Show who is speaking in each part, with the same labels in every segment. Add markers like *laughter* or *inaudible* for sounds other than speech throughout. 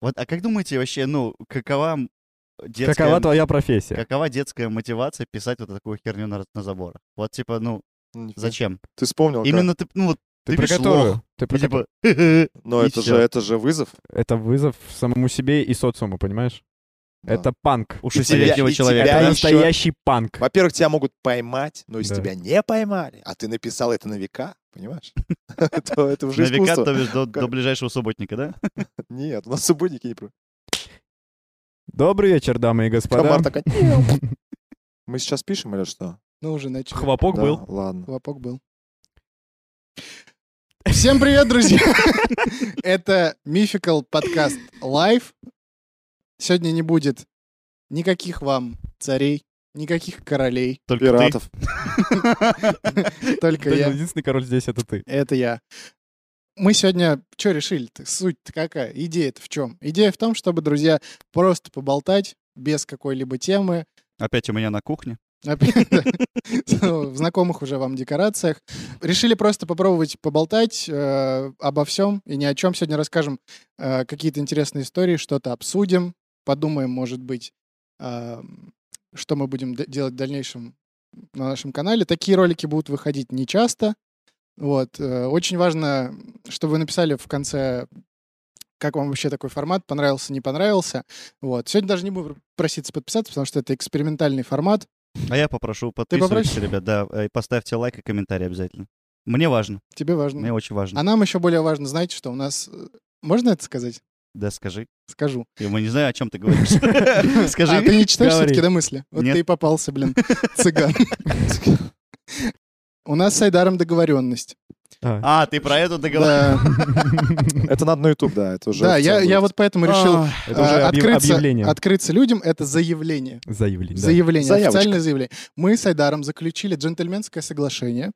Speaker 1: Вот, а как думаете вообще, ну, какова м, детская...
Speaker 2: Какова твоя профессия?
Speaker 1: Какова детская мотивация писать вот такую херню на, на заборах? Вот, типа, ну, зачем?
Speaker 3: Ты вспомнил, а как-
Speaker 1: Именно ты, ну, вот,
Speaker 2: Ты
Speaker 1: ты
Speaker 2: про
Speaker 1: пишешь
Speaker 2: которую? Ты про
Speaker 1: и
Speaker 2: кото-
Speaker 1: типа, *laughs* «Хе-хе».
Speaker 3: Но
Speaker 1: и
Speaker 3: это
Speaker 1: всё.
Speaker 3: же, это же вызов.
Speaker 2: Это вызов самому себе и социуму, понимаешь?
Speaker 3: Да.
Speaker 2: Это панк.
Speaker 1: у
Speaker 3: И тебя-
Speaker 1: шестилетнего
Speaker 3: и
Speaker 1: человека.
Speaker 3: тебя
Speaker 2: Это
Speaker 3: ещё-
Speaker 2: настоящий панк.
Speaker 3: Во-первых, тебя могут поймать, но если
Speaker 2: Да.
Speaker 3: тебя не поймали, а ты написал это на века,
Speaker 1: *laughs*
Speaker 3: понимаешь? *laughs* То это уже
Speaker 1: На века
Speaker 3: искусство.
Speaker 1: то бишь, до,
Speaker 3: Как-
Speaker 1: до ближайшего субботника, да?
Speaker 3: Нет, у нас субботники не про...
Speaker 2: Добрый вечер, дамы и господа.
Speaker 3: Комар такой... Мы сейчас пишем или что?
Speaker 4: Ну, уже начали.
Speaker 2: Хлопок
Speaker 3: Да,
Speaker 2: был.
Speaker 3: Ладно.
Speaker 4: Хлопок был. Всем привет, друзья! *laughs* Это Мификал подкаст Live. Сегодня не будет никаких вам царей, никаких королей,
Speaker 1: Только ты.
Speaker 3: Пиратов.
Speaker 4: только
Speaker 3: ну,
Speaker 2: Да,
Speaker 4: я.
Speaker 2: Единственный король здесь это ты.
Speaker 4: Это я. Мы сегодня что решили-то? Суть-то какая? Идея-то в чем? Идея в том, чтобы, друзья, просто поболтать без какой-либо темы,
Speaker 1: Опять у меня на кухне.
Speaker 4: Опять, да. Ну, В знакомых уже вам декорациях. Решили просто попробовать поболтать э, обо всем и ни о чем. Сегодня расскажем э, какие-то интересные истории, что-то обсудим, подумаем, может быть, э, что мы будем д- делать в дальнейшем на нашем канале. Такие ролики будут выходить нечасто. Вот. э, Очень важно, чтобы вы написали в конце, как вам вообще такой формат, понравился, не понравился. Вот. Сегодня даже не буду проситься подписаться, потому что это экспериментальный формат.
Speaker 1: А я попрошу,
Speaker 4: попросишь?
Speaker 1: подписывайтесь, ребят, да, э, и поставьте лайк и комментарий обязательно. Мне важно,
Speaker 4: Тебе важно.
Speaker 1: мне очень важно.
Speaker 4: А нам еще более важно, знаете, что у нас... э, Можно это сказать?
Speaker 1: Да, скажи.
Speaker 4: Скажу.
Speaker 1: Я мы не знаю, о чем ты говоришь.
Speaker 4: А, ты
Speaker 1: Скажи.
Speaker 4: не читаешь
Speaker 2: говори.
Speaker 4: все-таки до мысли? Вот
Speaker 1: Нет.
Speaker 4: ты и попался, блин, цыган. У нас с Айдаром договоренность.
Speaker 2: А.
Speaker 1: А, ты про эту договорилась.
Speaker 4: Да,
Speaker 3: Это надо на YouTube, да, это уже.
Speaker 4: да, я,
Speaker 3: официально
Speaker 4: я
Speaker 3: будет. А,
Speaker 4: вот поэтому решил
Speaker 1: Ах,
Speaker 2: Это
Speaker 4: э,
Speaker 2: уже объ-
Speaker 4: открыться,
Speaker 2: объявление.
Speaker 4: открыться людям. Это заявление.
Speaker 2: Заявление. да.
Speaker 4: Заявление,
Speaker 3: Заявочка.
Speaker 4: официальное заявление. Мы с Айдаром заключили джентльменское соглашение,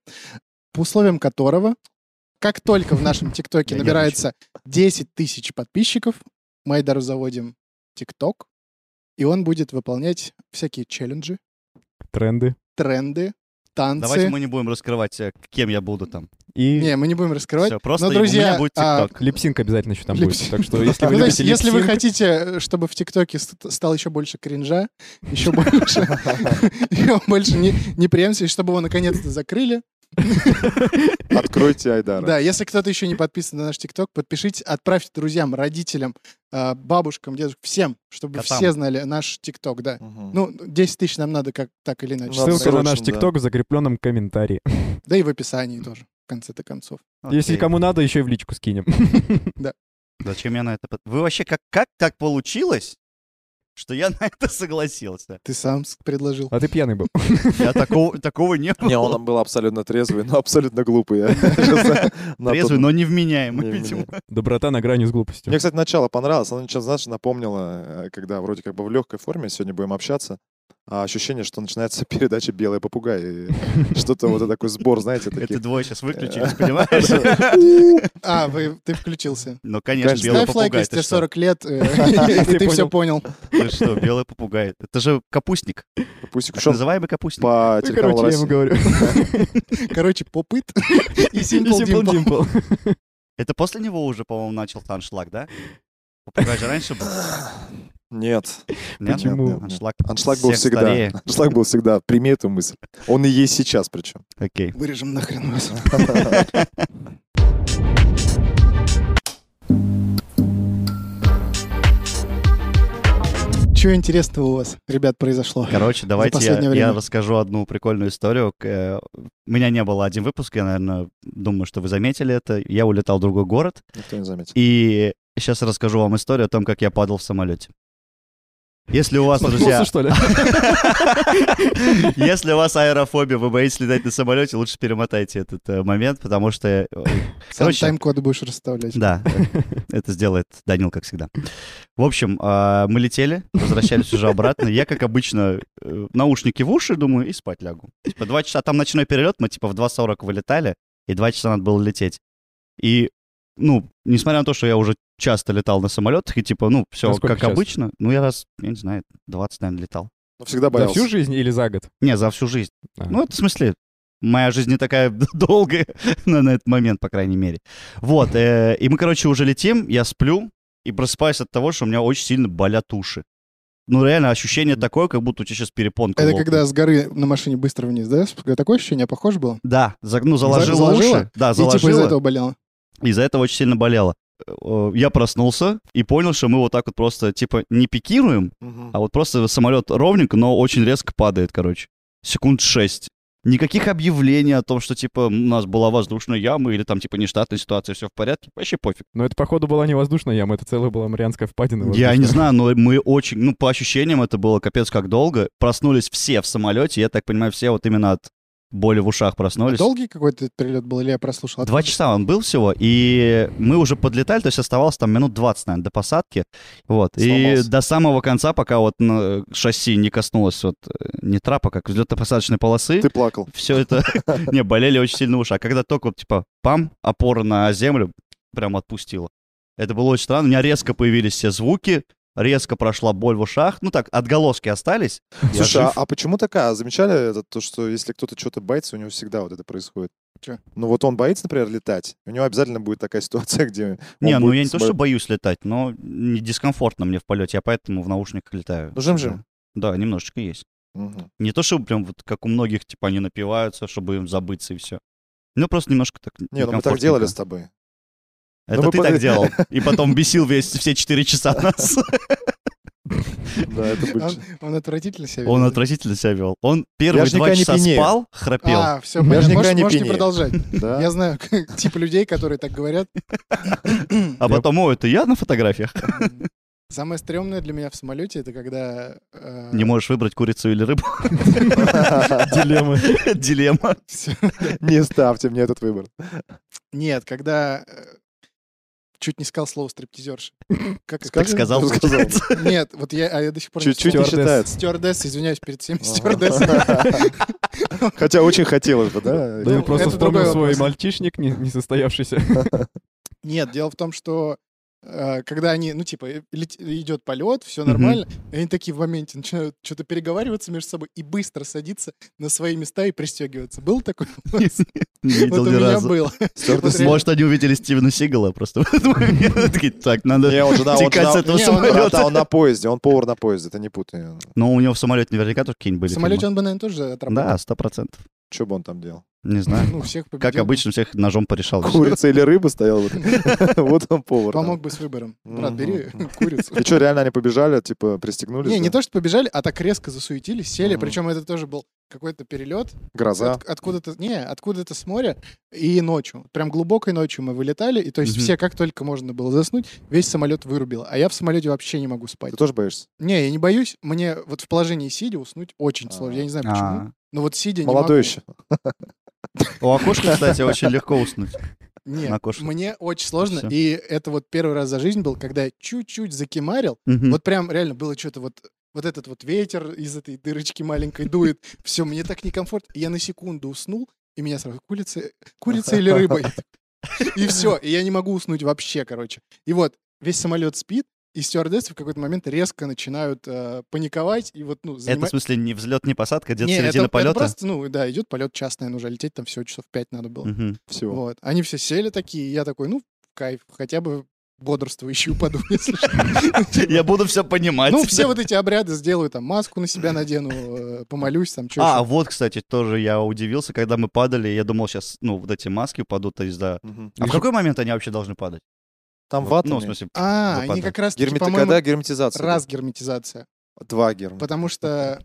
Speaker 4: по условиям которого, как только
Speaker 1: *laughs*
Speaker 4: в нашем ТикТоке
Speaker 1: Я
Speaker 4: набирается 10 тысяч подписчиков, мы Айдару заводим ТикТок, и он будет выполнять всякие челленджи,
Speaker 2: Тренды.
Speaker 4: тренды, танцы.
Speaker 1: Давайте мы не будем раскрывать, э, кем я буду там.
Speaker 2: И
Speaker 4: Не, мы не будем раскрывать.
Speaker 1: Все, просто у
Speaker 4: Но, друзья,
Speaker 1: меня будет
Speaker 4: а,
Speaker 1: ТикТок.
Speaker 2: липсинг обязательно еще там будет.
Speaker 4: Липсинг.
Speaker 2: Так что если
Speaker 4: *laughs*
Speaker 2: вы
Speaker 4: Ну, то есть,
Speaker 2: любите
Speaker 4: если вы
Speaker 2: липсинг,
Speaker 4: хотите, э, чтобы в ТикТоке ст- стало еще больше кринжа,
Speaker 1: *laughs*
Speaker 4: еще больше, *laughs* еще больше не, неприемности, и чтобы его наконец-то закрыли,
Speaker 3: Откройте Айдара.
Speaker 4: Да, если кто-то еще не подписан на наш ТикТок, подпишитесь, отправьте друзьям, родителям, э, бабушкам, дедушкам, всем, чтобы
Speaker 1: Котам.
Speaker 4: все знали наш ТикТок, да.
Speaker 3: Мгм.
Speaker 4: Ну, 10 тысяч нам надо как так или иначе.
Speaker 3: Ну,
Speaker 4: собрать.
Speaker 2: ссылка на наш
Speaker 3: срочно, да.
Speaker 2: ТикТок в закрепленном комментарии.
Speaker 4: Да и в описании тоже, в конце-то концов.
Speaker 1: Окей.
Speaker 2: Если кому надо, еще и в личку скинем. *laughs*
Speaker 1: Зачем я на это... под- Вы вообще как, как так получилось, что я *laughs* на это согласился?
Speaker 4: Ты сам с- предложил.
Speaker 2: А ты пьяный был.
Speaker 1: Я такого, такого не было. *laughs*
Speaker 3: Не, он был абсолютно трезвый, но абсолютно глупый. я *laughs* сейчас на
Speaker 1: Трезвый,
Speaker 3: тот-
Speaker 1: но невменяемый,
Speaker 3: Не
Speaker 1: видимо.
Speaker 2: Доброта на грани с глупостью.
Speaker 3: Мне, кстати, начало понравилось. Оно чем, знаешь, напомнило, э, когда вроде как бы в легкой форме сегодня будем общаться, а ощущение, что начинается *laughs* передача «Белый попугай». и Что-то вот такой сбор, знаете,
Speaker 1: *laughs* Это
Speaker 3: таких.
Speaker 1: двое сейчас выключились,
Speaker 3: Э,
Speaker 1: понимаешь?
Speaker 4: А, вы, ты включился.
Speaker 1: *laughs* Ну, конечно,
Speaker 3: Конечно.
Speaker 1: белый
Speaker 4: Ставь лайк,
Speaker 1: попугай.
Speaker 4: если
Speaker 1: Ты
Speaker 4: тебе
Speaker 1: что?
Speaker 4: 40
Speaker 1: *laughs*
Speaker 4: лет, э, *laughs* и
Speaker 2: Ты
Speaker 4: ты все
Speaker 2: понял.
Speaker 4: понял.
Speaker 1: Ты что, белый попугай? Это же капустник.
Speaker 3: Пусть
Speaker 1: Так
Speaker 3: Кушон
Speaker 1: называемый капустник.
Speaker 3: по
Speaker 2: Ну, *laughs* короче,
Speaker 3: телеканалу
Speaker 2: я ему
Speaker 3: «Россия».
Speaker 2: говорю.
Speaker 4: Короче, попыт
Speaker 1: *laughs*
Speaker 4: *laughs* и
Speaker 2: И
Speaker 4: Simple
Speaker 2: Simple
Speaker 4: Dimple.
Speaker 2: Dimple.
Speaker 1: Это после него уже, по-моему, начался аншлаг, да? Попугай же раньше
Speaker 3: *laughs*
Speaker 1: был.
Speaker 3: Нет,
Speaker 1: Нет?
Speaker 2: Почему?
Speaker 1: Нет, Аншлаг.
Speaker 3: аншлаг был
Speaker 1: всех
Speaker 3: всегда. *laughs*
Speaker 1: старее.
Speaker 3: Аншлаг был всегда. Прими эту мысль. Он и есть сейчас причем.
Speaker 1: Окей.
Speaker 4: Вырежем нахрен вас. Чего интересного у вас, ребят, произошло?
Speaker 1: Короче, давайте я,
Speaker 4: последнее
Speaker 1: я
Speaker 4: время.
Speaker 1: расскажу одну прикольную историю. К, э, У меня не было один выпуск, я, наверное, думаю, что вы заметили это. Я улетал в другой город,
Speaker 3: Никто не заметил.
Speaker 1: и сейчас расскажу вам историю о том, как я падал в самолете. Если у вас, друзья,
Speaker 2: Споткнулся, что ли?
Speaker 1: *laughs* Если у вас аэрофобия, вы боитесь летать на самолете, лучше перемотайте этот э, момент, потому что... э,
Speaker 4: Сам
Speaker 1: Короче,
Speaker 4: тайм-коды будешь расставлять.
Speaker 1: да, это сделает Данил, как всегда. В общем, а, мы летели, возвращались уже обратно. Я, как обычно, э, наушники в уши, думаю, и спать лягу. Типа два часа, там ночной перелет, мы типа в 2.40 вылетали, и два часа надо было лететь. И, ну, несмотря на то, что я уже часто летал на самолетах, и типа, ну, все
Speaker 2: Насколько
Speaker 1: как
Speaker 2: часто?
Speaker 1: обычно, ну, я раз, я не знаю, 20, наверное, летал.
Speaker 3: Но всегда
Speaker 2: За всю
Speaker 3: боялся.
Speaker 2: жизнь или за год?
Speaker 1: Не, за всю жизнь.
Speaker 2: А.
Speaker 1: Ну, это в смысле, моя жизнь не такая *laughs* долгая на, на этот момент, по крайней мере. Вот, э, и мы, короче, уже летим, я сплю, и просыпаюсь от того, что у меня очень сильно болят уши. Ну, реально, ощущение такое, как будто у тебя сейчас перепонка
Speaker 4: Это
Speaker 1: лопнет.
Speaker 4: когда с горы на машине быстро вниз, да? Такое ощущение похоже было?
Speaker 1: Да, за- ну, заложила,
Speaker 4: заложила?
Speaker 1: уши. Да,
Speaker 4: И типа из-за
Speaker 1: заложила.
Speaker 4: этого болело.
Speaker 1: Из-за этого очень сильно болело. Э, э, Я проснулся и понял, что мы вот так вот просто, типа, не пикируем,
Speaker 3: Мгм.
Speaker 1: а вот просто самолет ровненько, но очень резко падает, короче. Секунд шесть. Никаких объявлений о том, что, типа, у нас была воздушная яма или там, типа, нештатная ситуация, все в порядке. Вообще пофиг.
Speaker 2: Но это, походу, была не воздушная яма, это целая была Марианская впадина.
Speaker 1: Я не
Speaker 2: *laughs*
Speaker 1: знаю,
Speaker 2: воздушная.
Speaker 1: но мы очень, ну, по ощущениям это было капец как долго. Проснулись все в самолете, я так понимаю, все вот именно от боли в ушах проснулись.
Speaker 4: Долгий какой-то этот перелет был, или я прослушал?
Speaker 1: Два часа он был всего, и мы уже подлетали, то есть оставалось там минут 20, наверное, до посадки. Вот. И
Speaker 3: Сломался.
Speaker 1: до самого конца, пока вот на шасси не коснулось вот э, не трапа, как взлетно-посадочной полосы,
Speaker 3: Ты плакал.
Speaker 1: все это, *laughs* не, болели очень сильно уши. А когда только вот, типа, пам, опора на землю, прям отпустила. Это было очень странно. У меня резко появились все звуки, резко прошла боль в ушах. Ну так, отголоски остались. Я
Speaker 3: Слушай, а,
Speaker 1: жив.
Speaker 3: а почему такая? А Замечали это, то, что если кто-то что-то боится, у него всегда вот это происходит?
Speaker 4: Чё?
Speaker 3: Ну вот он боится, например, летать, у него обязательно будет такая *laughs* ситуация, где... он
Speaker 1: Не, ну
Speaker 3: будет
Speaker 1: я не то,
Speaker 3: смотреть-
Speaker 1: что боюсь летать, но не дискомфортно мне в полете, я поэтому в наушниках летаю.
Speaker 3: Ну, жим-жим.
Speaker 1: Да, немножечко есть.
Speaker 3: Мгм. ну
Speaker 1: Не то, чтобы прям вот как у многих, типа, они напиваются, чтобы им забыться и все. Ну, просто немножко так
Speaker 3: Не, ну мы так делали с
Speaker 1: некомфортненько.
Speaker 3: тобой.
Speaker 1: Это
Speaker 3: Ну, мы
Speaker 1: ты
Speaker 3: под-
Speaker 1: так делал. И потом бесил весь, все четыре
Speaker 3: *laughs*
Speaker 1: часа нас. *laughs*
Speaker 3: Да,
Speaker 1: А,
Speaker 3: это
Speaker 4: Он,
Speaker 3: будет...
Speaker 4: А он отвратительно себя
Speaker 1: Он
Speaker 4: ведёт.
Speaker 1: отвратительно себя вел. Он первые
Speaker 3: же
Speaker 1: два
Speaker 3: никогда не
Speaker 1: часа
Speaker 3: пьянею.
Speaker 1: спал, храпел.
Speaker 4: А, все,
Speaker 3: Я же
Speaker 4: понятно.
Speaker 3: никогда
Speaker 4: Можешь,
Speaker 3: не
Speaker 4: можешь не
Speaker 3: пьянею.
Speaker 4: продолжать.
Speaker 3: Да.
Speaker 4: Я знаю *laughs* тип людей, которые так говорят.
Speaker 1: А потом, о, это я на фотографиях?
Speaker 4: Самое стрёмное для меня в самолете это когда э,
Speaker 3: А.
Speaker 1: Не можешь выбрать курицу или
Speaker 3: *laughs*
Speaker 1: рыбу.
Speaker 2: Дилемма.
Speaker 1: Дилемма.
Speaker 4: всё-
Speaker 3: Не ставьте мне этот выбор.
Speaker 4: Нет, когда э, чуть не сказал слово
Speaker 1: *laughs*
Speaker 4: стриптизерша. Как
Speaker 1: Как сказал,
Speaker 3: Ну, сказал. *laughs*
Speaker 1: получается.
Speaker 4: *laughs* Нет, вот я, а я до сих пор не
Speaker 3: Чуть-чуть не
Speaker 4: вспомнил.
Speaker 3: считается.
Speaker 4: *laughs* Стюардесса, извиняюсь перед
Speaker 1: *laughs*
Speaker 4: всеми
Speaker 3: Ага.
Speaker 4: стюардессами.
Speaker 3: *laughs* Хотя очень хотелось бы, да? Ну,
Speaker 2: Да я просто
Speaker 4: это
Speaker 2: вспомнил
Speaker 4: другой
Speaker 2: свой
Speaker 4: вопрос.
Speaker 2: мальчишник не- *laughs* несостоявшийся.
Speaker 4: Нет, дело в том, что э, когда они, ну, типа, э, лет- идет полет, все нормально, и они такие в моменте начинают что-то переговариваться между собой и быстро садиться на свои места и пристегиваться.
Speaker 1: *laughs*
Speaker 4: Был такой? *laughs*
Speaker 1: Не видел
Speaker 4: Вот у
Speaker 1: ни
Speaker 4: меня
Speaker 1: разу. *laughs*
Speaker 4: было.
Speaker 3: Стюардесса.
Speaker 4: Вот реально.
Speaker 1: Может, они увидели Стивена Сигала просто в этот момент. *laughs* Такие, Так, надо
Speaker 3: Не, он
Speaker 1: *laughs*
Speaker 3: же, да, он же
Speaker 1: текать с
Speaker 3: на-
Speaker 1: этого
Speaker 4: Не, он-
Speaker 1: самолета.
Speaker 3: Брата, «А он на поезде, он повар на поезде, ты не путай.
Speaker 1: Но у него в самолете наверняка тоже какие-нибудь
Speaker 4: В
Speaker 1: были.
Speaker 4: самолете
Speaker 1: фильмы.
Speaker 4: он бы, наверное, тоже
Speaker 1: Да,
Speaker 4: отработал.
Speaker 1: сто процентов.
Speaker 3: Что бы он там делал?
Speaker 1: Не знаю.
Speaker 4: Ну, всех победил.
Speaker 1: Как обычно, всех ножом порешал.
Speaker 3: Курица или рыба стояла?
Speaker 1: *laughs*
Speaker 3: вот. *laughs* Вот он повар. да.
Speaker 4: Помог бы с выбором. Брат,
Speaker 3: Мгм.
Speaker 4: бери курицу.
Speaker 3: И что, реально они побежали, типа, пристегнулись?
Speaker 4: *laughs* Не,
Speaker 3: да?
Speaker 4: не то, что побежали, а так резко засуетились, сели.
Speaker 3: Мгм.
Speaker 4: Причем это тоже был какой-то перелет.
Speaker 3: Гроза.
Speaker 4: От- откуда-то, не, откуда-то с моря и ночью. Прям глубокой ночью мы вылетали, и то есть
Speaker 1: Мгм.
Speaker 4: все, как только можно было заснуть, весь самолет вырубил. А я в самолете вообще не могу спать.
Speaker 3: Ты тоже боишься?
Speaker 4: Не, я не боюсь. Мне вот в положении сидя уснуть очень
Speaker 3: А.
Speaker 4: сложно. Я не знаю почему.
Speaker 1: А,
Speaker 4: Но вот сидя
Speaker 3: Молодой
Speaker 4: не
Speaker 3: еще.
Speaker 1: У окошка, кстати, очень легко
Speaker 4: *laughs*
Speaker 1: уснуть.
Speaker 4: могу. Нет,
Speaker 1: на кошке.
Speaker 4: мне очень сложно.
Speaker 1: Всё.
Speaker 4: И это вот первый раз за жизнь был, когда я чуть-чуть закимарил,
Speaker 1: Мгм.
Speaker 4: Вот прям реально было что-то вот вот этот вот ветер из этой дырочки маленькой дует. Все, мне так некомфортно. И Я на секунду уснул, и меня сразу курица, курица или рыба. *laughs* И все, и я не могу уснуть вообще, короче. И вот весь самолет спит, и стюардессы в какой-то момент резко начинают э, паниковать и вот ну
Speaker 1: Это, в
Speaker 4: занимать.
Speaker 1: смысле, не взлет, не посадка, а где-то
Speaker 4: Не, это-
Speaker 1: середина
Speaker 4: это
Speaker 1: полета?
Speaker 4: просто, ну да, идет полет час, наверное, уже лететь там всего часов пять надо было. *laughs*
Speaker 1: Мгм.
Speaker 3: Всего.
Speaker 4: Вот. Они все сели такие, и я такой, ну, кайф, хотя бы бодрствующий упаду, *laughs* если что.
Speaker 1: *laughs* Я буду все понимать.
Speaker 4: Ну,
Speaker 1: *laughs*
Speaker 4: все вот эти обряды сделаю, там, маску на себя надену, э, помолюсь, там, что
Speaker 1: А, вот, кстати, тоже я удивился, когда мы падали, я думал, сейчас, ну, вот эти маски упадут из-за...
Speaker 3: Мгм.
Speaker 1: А в какой момент они вообще должны падать?
Speaker 3: Там
Speaker 1: Вот,
Speaker 3: вата.
Speaker 1: Ну, в смысле,
Speaker 4: А,
Speaker 1: запада.
Speaker 4: они как раз,
Speaker 3: Гермет-
Speaker 4: по-моему,
Speaker 3: Когда герметизация?
Speaker 4: раз герметизация.
Speaker 3: Два гермета.
Speaker 1: *laughs*
Speaker 4: Потому что...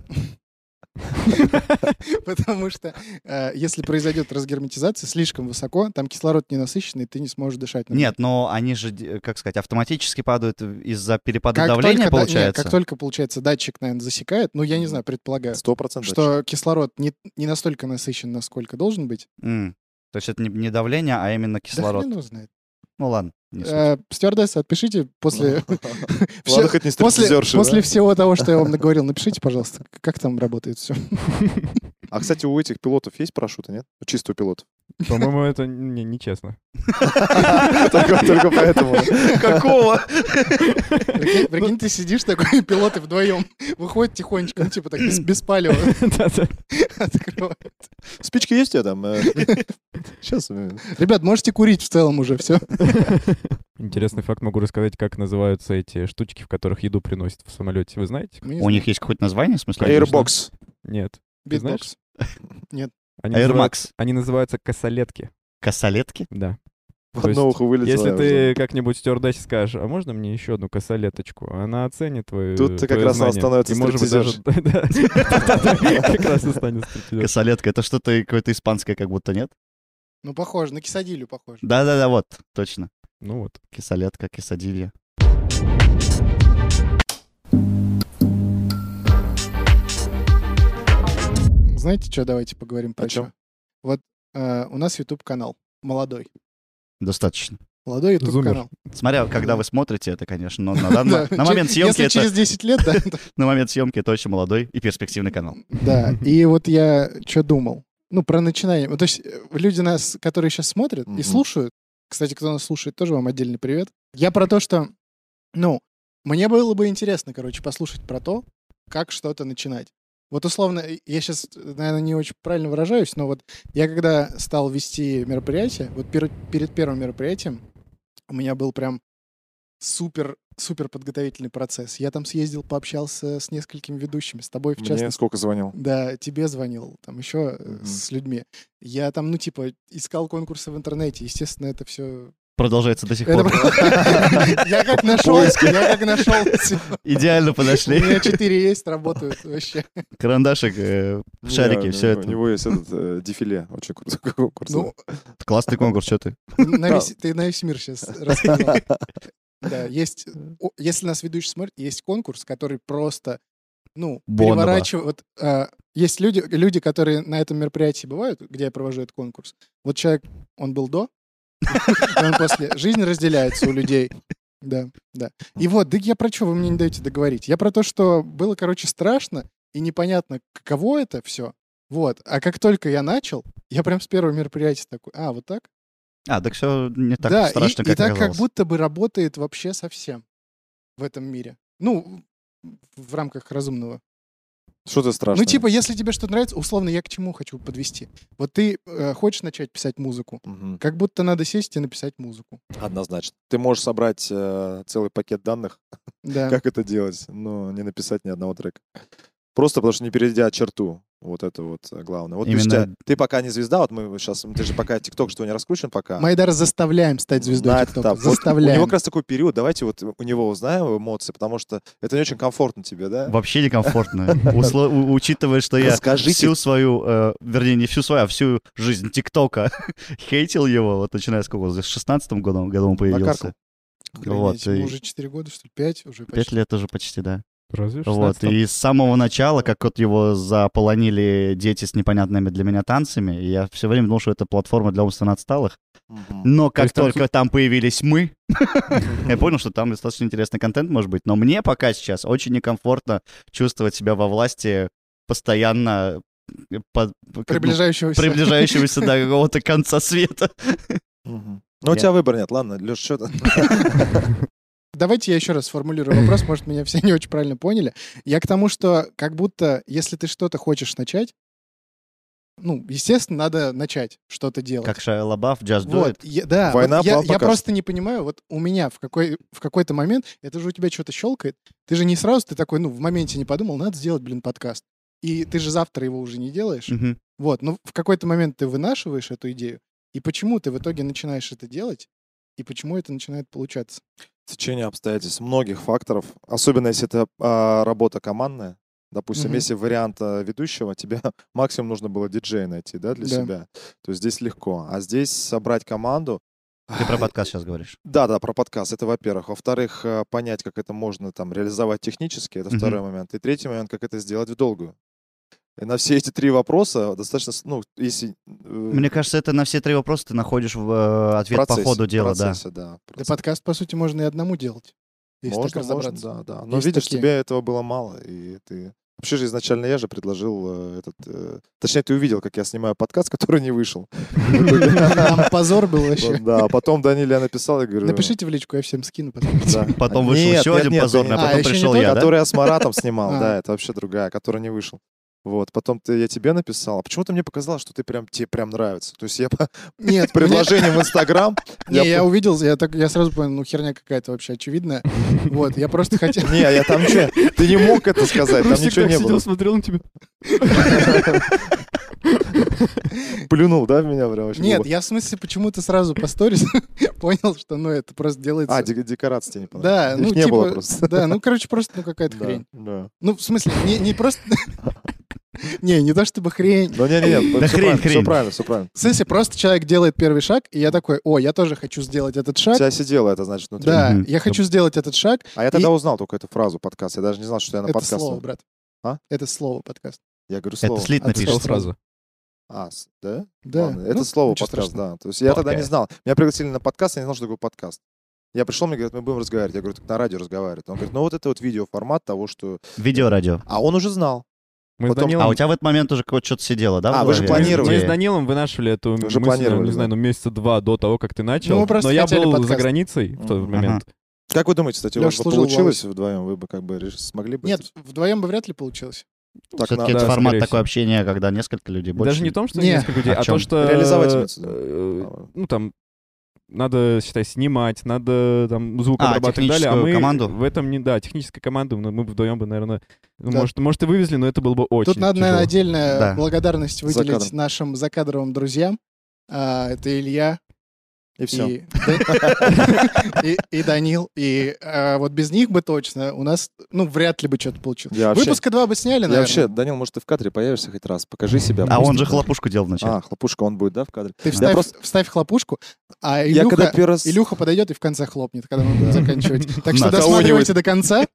Speaker 4: Потому что э, если произойдет разгерметизация слишком высоко, там кислород не насыщенный, ты не сможешь дышать. нормально.
Speaker 1: Нет, но они же, д- как сказать, автоматически падают из-за перепада
Speaker 4: Как
Speaker 1: давления,
Speaker 4: только да- нет,
Speaker 1: получается?
Speaker 4: Как только, получается, датчик, наверное, засекает, ну, я не знаю, предполагаю,
Speaker 3: Сто процентов.
Speaker 4: что кислород не не настолько насыщен, насколько должен быть.
Speaker 1: М. То есть это не- не давление, а именно
Speaker 4: Да
Speaker 1: кислород.
Speaker 4: хрен его знает.
Speaker 1: Ну ладно. не суть.
Speaker 4: Э, Стюардесса, отпишите
Speaker 3: *laughs*
Speaker 4: после... Всё-
Speaker 3: Ладно, хоть не
Speaker 4: После,
Speaker 3: стриптизерши.
Speaker 4: после
Speaker 3: да?
Speaker 4: всего того, что
Speaker 1: *laughs*
Speaker 4: я вам наговорил, напишите, пожалуйста, к- как там работает все.
Speaker 3: А, кстати, у этих пилотов есть парашюты, нет? У Чисто у пилотов.
Speaker 2: По-моему, это не- *laughs* нечестно.
Speaker 3: *laughs* Только *laughs* только поэтому.
Speaker 1: Какого? Ну,
Speaker 4: Прикинь, прикинь, ты сидишь такой, *laughs* пилоты вдвоем выходят тихонечко, ну типа так без, без палева *laughs*
Speaker 2: Да-да.
Speaker 4: открывают.
Speaker 3: Спички Э, *laughs* есть у тебя там? Сейчас.
Speaker 4: Ребят, можете курить в целом уже, все.
Speaker 2: Интересный факт могу рассказать, как называются эти штучки, в которых еду приносят в самолете. Вы знаете?
Speaker 4: Мы не
Speaker 1: У
Speaker 4: знаем.
Speaker 1: них есть какое-то название, в смысле?
Speaker 3: Airbox.
Speaker 2: Нет. ты знаешь?
Speaker 4: Битбокс.
Speaker 2: Они
Speaker 1: Air
Speaker 2: называют-
Speaker 1: Max.
Speaker 2: Они называются косолетки.
Speaker 1: Косолетки?
Speaker 2: Да.
Speaker 3: В
Speaker 2: То есть,
Speaker 3: одно ухо вылетело.
Speaker 2: Если ты как-нибудь стюардессе скажешь, а можно мне еще одну косолеточку? Она оценит твою
Speaker 3: Тут ты как раз она становится
Speaker 2: И, может быть, даже... *laughs*
Speaker 3: *laughs*
Speaker 2: Да. Как раз и станет стриптизершей.
Speaker 1: Косолетка, это что-то какое-то испанское как будто, нет?
Speaker 4: Ну, похоже, на кисадилю похоже.
Speaker 1: Да-да-да, вот, точно.
Speaker 2: Ну вот.
Speaker 1: Кисолетка, кисадилья.
Speaker 4: Знаете что, давайте поговорим про
Speaker 3: О
Speaker 4: чё?
Speaker 3: чём?
Speaker 4: Вот э, у нас YouTube-канал. Молодой.
Speaker 1: Достаточно.
Speaker 4: Молодой YouTube-канал.
Speaker 1: Смотря, когда вы смотрите это, конечно, но на, данный-
Speaker 4: *laughs* Да.
Speaker 1: на момент
Speaker 4: Че-
Speaker 1: съемки
Speaker 4: Если
Speaker 1: это
Speaker 4: через 10 лет,
Speaker 1: *laughs*
Speaker 4: да, то-
Speaker 1: на момент съемки это очень молодой и перспективный канал.
Speaker 4: Да, и вот я что думал? Ну, про начинание. Вот, То есть э, люди нас, которые сейчас смотрят и
Speaker 3: Мгм.
Speaker 4: слушают, кстати, кто нас слушает, тоже вам отдельный привет. Я про то, что, ну, мне было бы интересно, короче, послушать про то, как что-то начинать. Вот условно, э, я сейчас, наверное, не очень правильно выражаюсь, но вот я когда стал вести мероприятие, вот пер- перед первым мероприятием у меня был прям супер супер подготовительный процесс. Я там съездил, пообщался с несколькими ведущими, с тобой в частности.
Speaker 3: Мне сколько звонил?
Speaker 4: Да, тебе звонил, там еще э,
Speaker 3: Мгм.
Speaker 4: с людьми. Я там, ну, типа, искал конкурсы в интернете. Естественно, это все.
Speaker 1: Продолжается
Speaker 4: *laughs*
Speaker 1: до сих
Speaker 4: Я
Speaker 1: пор.
Speaker 4: *laughs* как нашел, я как нашел.
Speaker 1: Идеально
Speaker 4: У
Speaker 1: подошли.
Speaker 4: меня четыре есть, работают вообще.
Speaker 1: Карандашик, э,
Speaker 3: Не,
Speaker 1: шарики,
Speaker 3: у
Speaker 1: все
Speaker 3: него- У
Speaker 1: это.
Speaker 3: него есть этот э, дефиле. Очень круто. *laughs* курс.
Speaker 4: Ну,
Speaker 1: Классный конкурс, что ты?
Speaker 4: *laughs* на весь- ты на весь мир сейчас рассказал. Да, есть, о, если нас ведущий смотрит, есть конкурс, который просто, ну,
Speaker 1: Бонова.
Speaker 4: переворачивает. э, Есть люди, люди, которые на этом мероприятии бывают, где я провожу этот конкурс. Вот человек, он был до, и он после. Жизнь разделяется у людей. Да, да. И вот, да я про что вы мне не даете договорить? Я про то, что было, короче, страшно и непонятно, каково это все. Вот. А как только я начал, я прям с первого мероприятия такой, а, вот так?
Speaker 1: А, так все не так
Speaker 4: да, и-
Speaker 1: страшно,
Speaker 4: и,
Speaker 1: как
Speaker 4: так как
Speaker 1: оказалось.
Speaker 4: будто бы работает вообще совсем в этом мире. Ну, в рамках разумного.
Speaker 3: Что ты страшно?
Speaker 4: Ну, типа, если тебе что-то нравится, условно, я к чему хочу подвести. Вот ты э, хочешь начать писать музыку, как будто надо сесть и написать музыку.
Speaker 3: Однозначно. Ты можешь собрать э, целый пакет данных,
Speaker 4: Да.
Speaker 3: как это делать, но не написать ни одного трека. Просто потому что не перейдя черту. Вот это вот э, главное. Вот то есть,
Speaker 1: Именно-
Speaker 3: э, ты пока не звезда, вот мы сейчас, ты же пока ТикТок, что не раскручен
Speaker 1: а.
Speaker 3: пока.
Speaker 4: Майдара заставляем стать звездой
Speaker 3: На
Speaker 4: ТикТока.
Speaker 3: этап. Вот У
Speaker 4: Заставляем.
Speaker 3: него как раз такой период, давайте вот у него узнаем эмоции, потому что это не очень комфортно тебе, да?
Speaker 1: Вообще некомфортно.
Speaker 4: *laughs*
Speaker 1: Усло- у- Учитывая, что я
Speaker 3: Расскажите.
Speaker 1: всю свою, э, вернее, не всю свою, а всю жизнь ТикТока *laughs* хейтил его, вот начиная с какого? С 16 года он- года он появился.
Speaker 3: Накаркал.
Speaker 1: вот,
Speaker 4: Охренеть, ему
Speaker 1: и-
Speaker 4: уже 4 года, что ли? 5 уже
Speaker 1: Пять
Speaker 4: почти.
Speaker 1: лет уже почти, да.
Speaker 2: Разве
Speaker 1: Вот,
Speaker 2: *laughs* 16-м?
Speaker 1: и с самого начала, как вот его заполонили дети с непонятными для меня танцами, и я все время думал, что это платформа для умственно отсталых.
Speaker 3: Мгм.
Speaker 1: Но как
Speaker 2: есть там
Speaker 1: только там появились мы,
Speaker 3: *laughs*
Speaker 1: я понял, что там достаточно интересный контент может быть. Но мне пока сейчас очень некомфортно чувствовать себя во власти постоянно э, под- как бы
Speaker 4: Приближающегося.
Speaker 1: приближающегося
Speaker 3: *laughs*
Speaker 1: до какого-то конца света.
Speaker 3: Мгм. Ну, у
Speaker 1: Я-
Speaker 3: тебя выбора нет, ладно, Леш, что ты?
Speaker 4: Давайте я еще раз
Speaker 3: *laughs*
Speaker 4: сформулирую вопрос, может, меня все не очень правильно поняли. Я к тому, что как будто, если ты что-то хочешь начать, ну, естественно, надо начать что-то делать.
Speaker 1: Как Шайа Лабаф, Just Do It.
Speaker 4: Вот, я- да,
Speaker 3: Война
Speaker 4: вот я,
Speaker 3: план
Speaker 4: я
Speaker 3: покажет.
Speaker 4: просто не понимаю, вот у меня в, какой, в какой-то момент, это же у тебя что-то щелкает, ты же не сразу, ты такой, ну, в моменте не подумал, надо сделать, блин, подкаст. И ты же завтра его уже не делаешь.
Speaker 1: Мгм.
Speaker 4: Вот, но в какой-то момент ты вынашиваешь эту идею, и почему ты в итоге начинаешь это делать, и почему это начинает получаться?
Speaker 3: течение обстоятельств, многих факторов, особенно если это а, работа командная. Допустим,
Speaker 4: Мгм.
Speaker 3: если вариант а, ведущего, тебе *laughs* максимум нужно было диджея найти, да, для
Speaker 4: Да.
Speaker 3: себя. То есть здесь легко. А здесь собрать команду.
Speaker 1: Ты про подкаст сейчас говоришь.
Speaker 3: Да, да, про подкаст, это во-первых. Во-вторых, э, понять, как это можно там реализовать технически, это
Speaker 1: Мгм.
Speaker 3: второй момент. И третий момент, как это сделать в долгую. И на все эти три вопроса достаточно, с- ну, если... э,
Speaker 1: Мне кажется, это на все три вопроса ты находишь в, э,
Speaker 3: в
Speaker 1: ответ по
Speaker 3: процессе-
Speaker 1: ходу дела,
Speaker 3: в
Speaker 1: да.
Speaker 3: процессе, да.
Speaker 4: Да
Speaker 3: процесс.
Speaker 4: подкаст, по сути, можно и одному делать. Если
Speaker 3: можно,
Speaker 4: так разобраться.
Speaker 3: можно, да, да. Но
Speaker 4: Есть
Speaker 3: видишь,
Speaker 4: такие.
Speaker 3: тебе этого было мало, и ты... Вообще же изначально я же предложил э, этот... э, Точнее, ты увидел, как я снимаю подкаст, *laughs* который не вышел.
Speaker 4: *laughs* Там позор был вообще.
Speaker 3: Да, а потом Даниле я написал и говорю...
Speaker 4: Напишите в личку, я всем
Speaker 3: *laughs*
Speaker 4: скину, пожалуйста. *laughs*
Speaker 3: Да.
Speaker 1: Потом вышел
Speaker 3: А, Нет,
Speaker 1: еще
Speaker 3: нет,
Speaker 1: один
Speaker 3: нет,
Speaker 1: позорный, а
Speaker 3: нет.
Speaker 4: А,
Speaker 1: потом
Speaker 4: еще не
Speaker 1: пришел
Speaker 4: тот,
Speaker 1: я, да?
Speaker 3: Который я с Маратом снимал,
Speaker 4: *laughs* А.
Speaker 3: да, это вообще другая, которая не вышел. Вот, потом ты, я тебе написал. А почему-то мне показалось, что ты прям, тебе прям нравится. То есть я по *laughs*
Speaker 4: Нет,
Speaker 3: предложениям в
Speaker 4: *laughs*
Speaker 3: Инстаграм...
Speaker 4: мне- Не, я
Speaker 3: по-
Speaker 4: увидел, я так, я сразу понял, ну херня какая-то вообще очевидная. Вот, я просто
Speaker 3: *laughs*
Speaker 4: хотел...
Speaker 3: *laughs* Не, я там ничего... Ты не мог
Speaker 4: *laughs*
Speaker 3: это сказать, там
Speaker 2: Русик
Speaker 3: ничего
Speaker 2: так
Speaker 3: не
Speaker 2: сидел,
Speaker 3: было.
Speaker 2: смотрел на тебя.
Speaker 3: Плюнул, да, в меня прям вообще?
Speaker 4: Нет, я в смысле почему-то сразу по сторис *laughs* понял, что ну это просто делается...
Speaker 3: А, де- декорации тебе не понравились.
Speaker 4: Да,
Speaker 3: Их
Speaker 4: ну
Speaker 3: не
Speaker 4: типа...
Speaker 3: было просто.
Speaker 4: Да, ну короче, просто ну какая-то
Speaker 3: Да,
Speaker 4: хрень.
Speaker 3: да.
Speaker 4: Ну, в смысле, не, не просто... *laughs* Не, не то чтобы хрень.
Speaker 3: Ну, не, не, нет,
Speaker 1: Да хрень,
Speaker 3: Все
Speaker 1: хрень.
Speaker 3: правильно, все правильно.
Speaker 4: В смысле, просто человек делает первый шаг, и я такой, о, я тоже хочу сделать этот
Speaker 3: У
Speaker 4: шаг.
Speaker 3: тебя сидело это, значит, внутри.
Speaker 4: Да,
Speaker 1: Мгм.
Speaker 4: я хочу сделать этот шаг.
Speaker 3: А я тогда узнал только эту фразу подкаст. Я даже не знал, что я на
Speaker 4: Это
Speaker 3: подкаст.
Speaker 4: слово, брат.
Speaker 3: А?
Speaker 4: Это слово подкаст.
Speaker 3: Я говорю слово.
Speaker 1: Это слит
Speaker 4: А ты
Speaker 1: напишешь.
Speaker 2: Написал
Speaker 4: Пишет
Speaker 2: сразу.
Speaker 3: А, с- да?
Speaker 4: Да.
Speaker 3: Ладно, это
Speaker 4: ну,
Speaker 3: слово
Speaker 4: ничего
Speaker 3: подкаст,
Speaker 4: страшного.
Speaker 3: да. То есть я тогда не
Speaker 2: Подкаст.
Speaker 3: знал. Меня пригласили на подкаст, я не знал, что такое подкаст. Я пришел, мне говорят, мы будем разговаривать. Я говорю, так на радио разговаривать. Он говорит, ну вот это вот видеоформат того, что...
Speaker 1: Видео-радио.
Speaker 3: А он уже знал.
Speaker 2: Мы с
Speaker 3: Потом-
Speaker 1: А у
Speaker 2: Данилом...
Speaker 1: тебя в этот момент уже какое-то что-то сидело, да?
Speaker 3: Ну. А,
Speaker 1: в
Speaker 3: вы же
Speaker 1: голове?
Speaker 3: планировали.
Speaker 2: Мы с
Speaker 1: Идея.
Speaker 2: Данилом вынашивали эту мысль,
Speaker 3: планировали,
Speaker 2: не знаю, ну месяца два до того, как ты
Speaker 4: Ну,
Speaker 2: начал.
Speaker 4: мы просто
Speaker 2: Но я
Speaker 4: хотели
Speaker 2: был за
Speaker 4: подкаст.
Speaker 2: границей в тот
Speaker 3: Мгм.
Speaker 2: момент.
Speaker 3: Как вы думаете, кстати, у вас
Speaker 4: Лёш
Speaker 3: бы
Speaker 4: служил в
Speaker 3: получилось вдвоем? Вы бы как бы реш- смогли бы...
Speaker 4: Нет,
Speaker 3: это-
Speaker 4: вдвоем бы вряд ли получилось.
Speaker 3: так
Speaker 1: Все-таки
Speaker 2: надо,
Speaker 1: это
Speaker 2: да,
Speaker 1: формат
Speaker 2: скорее
Speaker 1: такое
Speaker 2: всего.
Speaker 1: общение, когда несколько людей больше.
Speaker 2: Даже не в том, что
Speaker 4: Не.
Speaker 2: несколько людей,
Speaker 1: А в
Speaker 2: а то,
Speaker 1: чем?
Speaker 2: что...
Speaker 3: Реализовать имеется в виду.
Speaker 2: э,
Speaker 3: А,
Speaker 2: Ну, там, надо, считай, снимать, надо там звук
Speaker 1: А,
Speaker 2: обрабатывать и так далее. А
Speaker 1: техническую
Speaker 2: мы
Speaker 1: команду?
Speaker 2: в этом не... Да, техническая команда, но мы вдвоем бы, наверное... ну,
Speaker 4: Да.
Speaker 2: Может, может, и вывезли, но это было бы очень
Speaker 4: Тут надо, наверное,
Speaker 2: тяжело.
Speaker 4: отдельная
Speaker 1: Да.
Speaker 4: благодарность
Speaker 3: За
Speaker 4: выделить
Speaker 3: кадром.
Speaker 4: нашим закадровым друзьям. А, это Илья
Speaker 3: И все.
Speaker 4: и, и, *laughs* и Данил. И а, вот без них бы точно у нас, ну, вряд ли бы что-то получилось.
Speaker 3: Я вообще...
Speaker 4: Выпуска два бы сняли,
Speaker 3: Я
Speaker 4: наверное.
Speaker 3: вообще, Данил, может, ты в кадре появишься хоть раз? Покажи себя.
Speaker 1: А
Speaker 3: просто.
Speaker 1: он же хлопушку делал вначале.
Speaker 3: А, хлопушка, он будет, да, в кадре?
Speaker 4: Ты вставь,
Speaker 3: просто-
Speaker 4: вставь хлопушку, а Илюха,
Speaker 3: Я когда первый раз...
Speaker 4: Илюха подойдет и в конце хлопнет, когда мы
Speaker 3: *laughs*
Speaker 4: будем заканчивать. Так что
Speaker 1: Наколонивает.
Speaker 4: досматривайте до конца,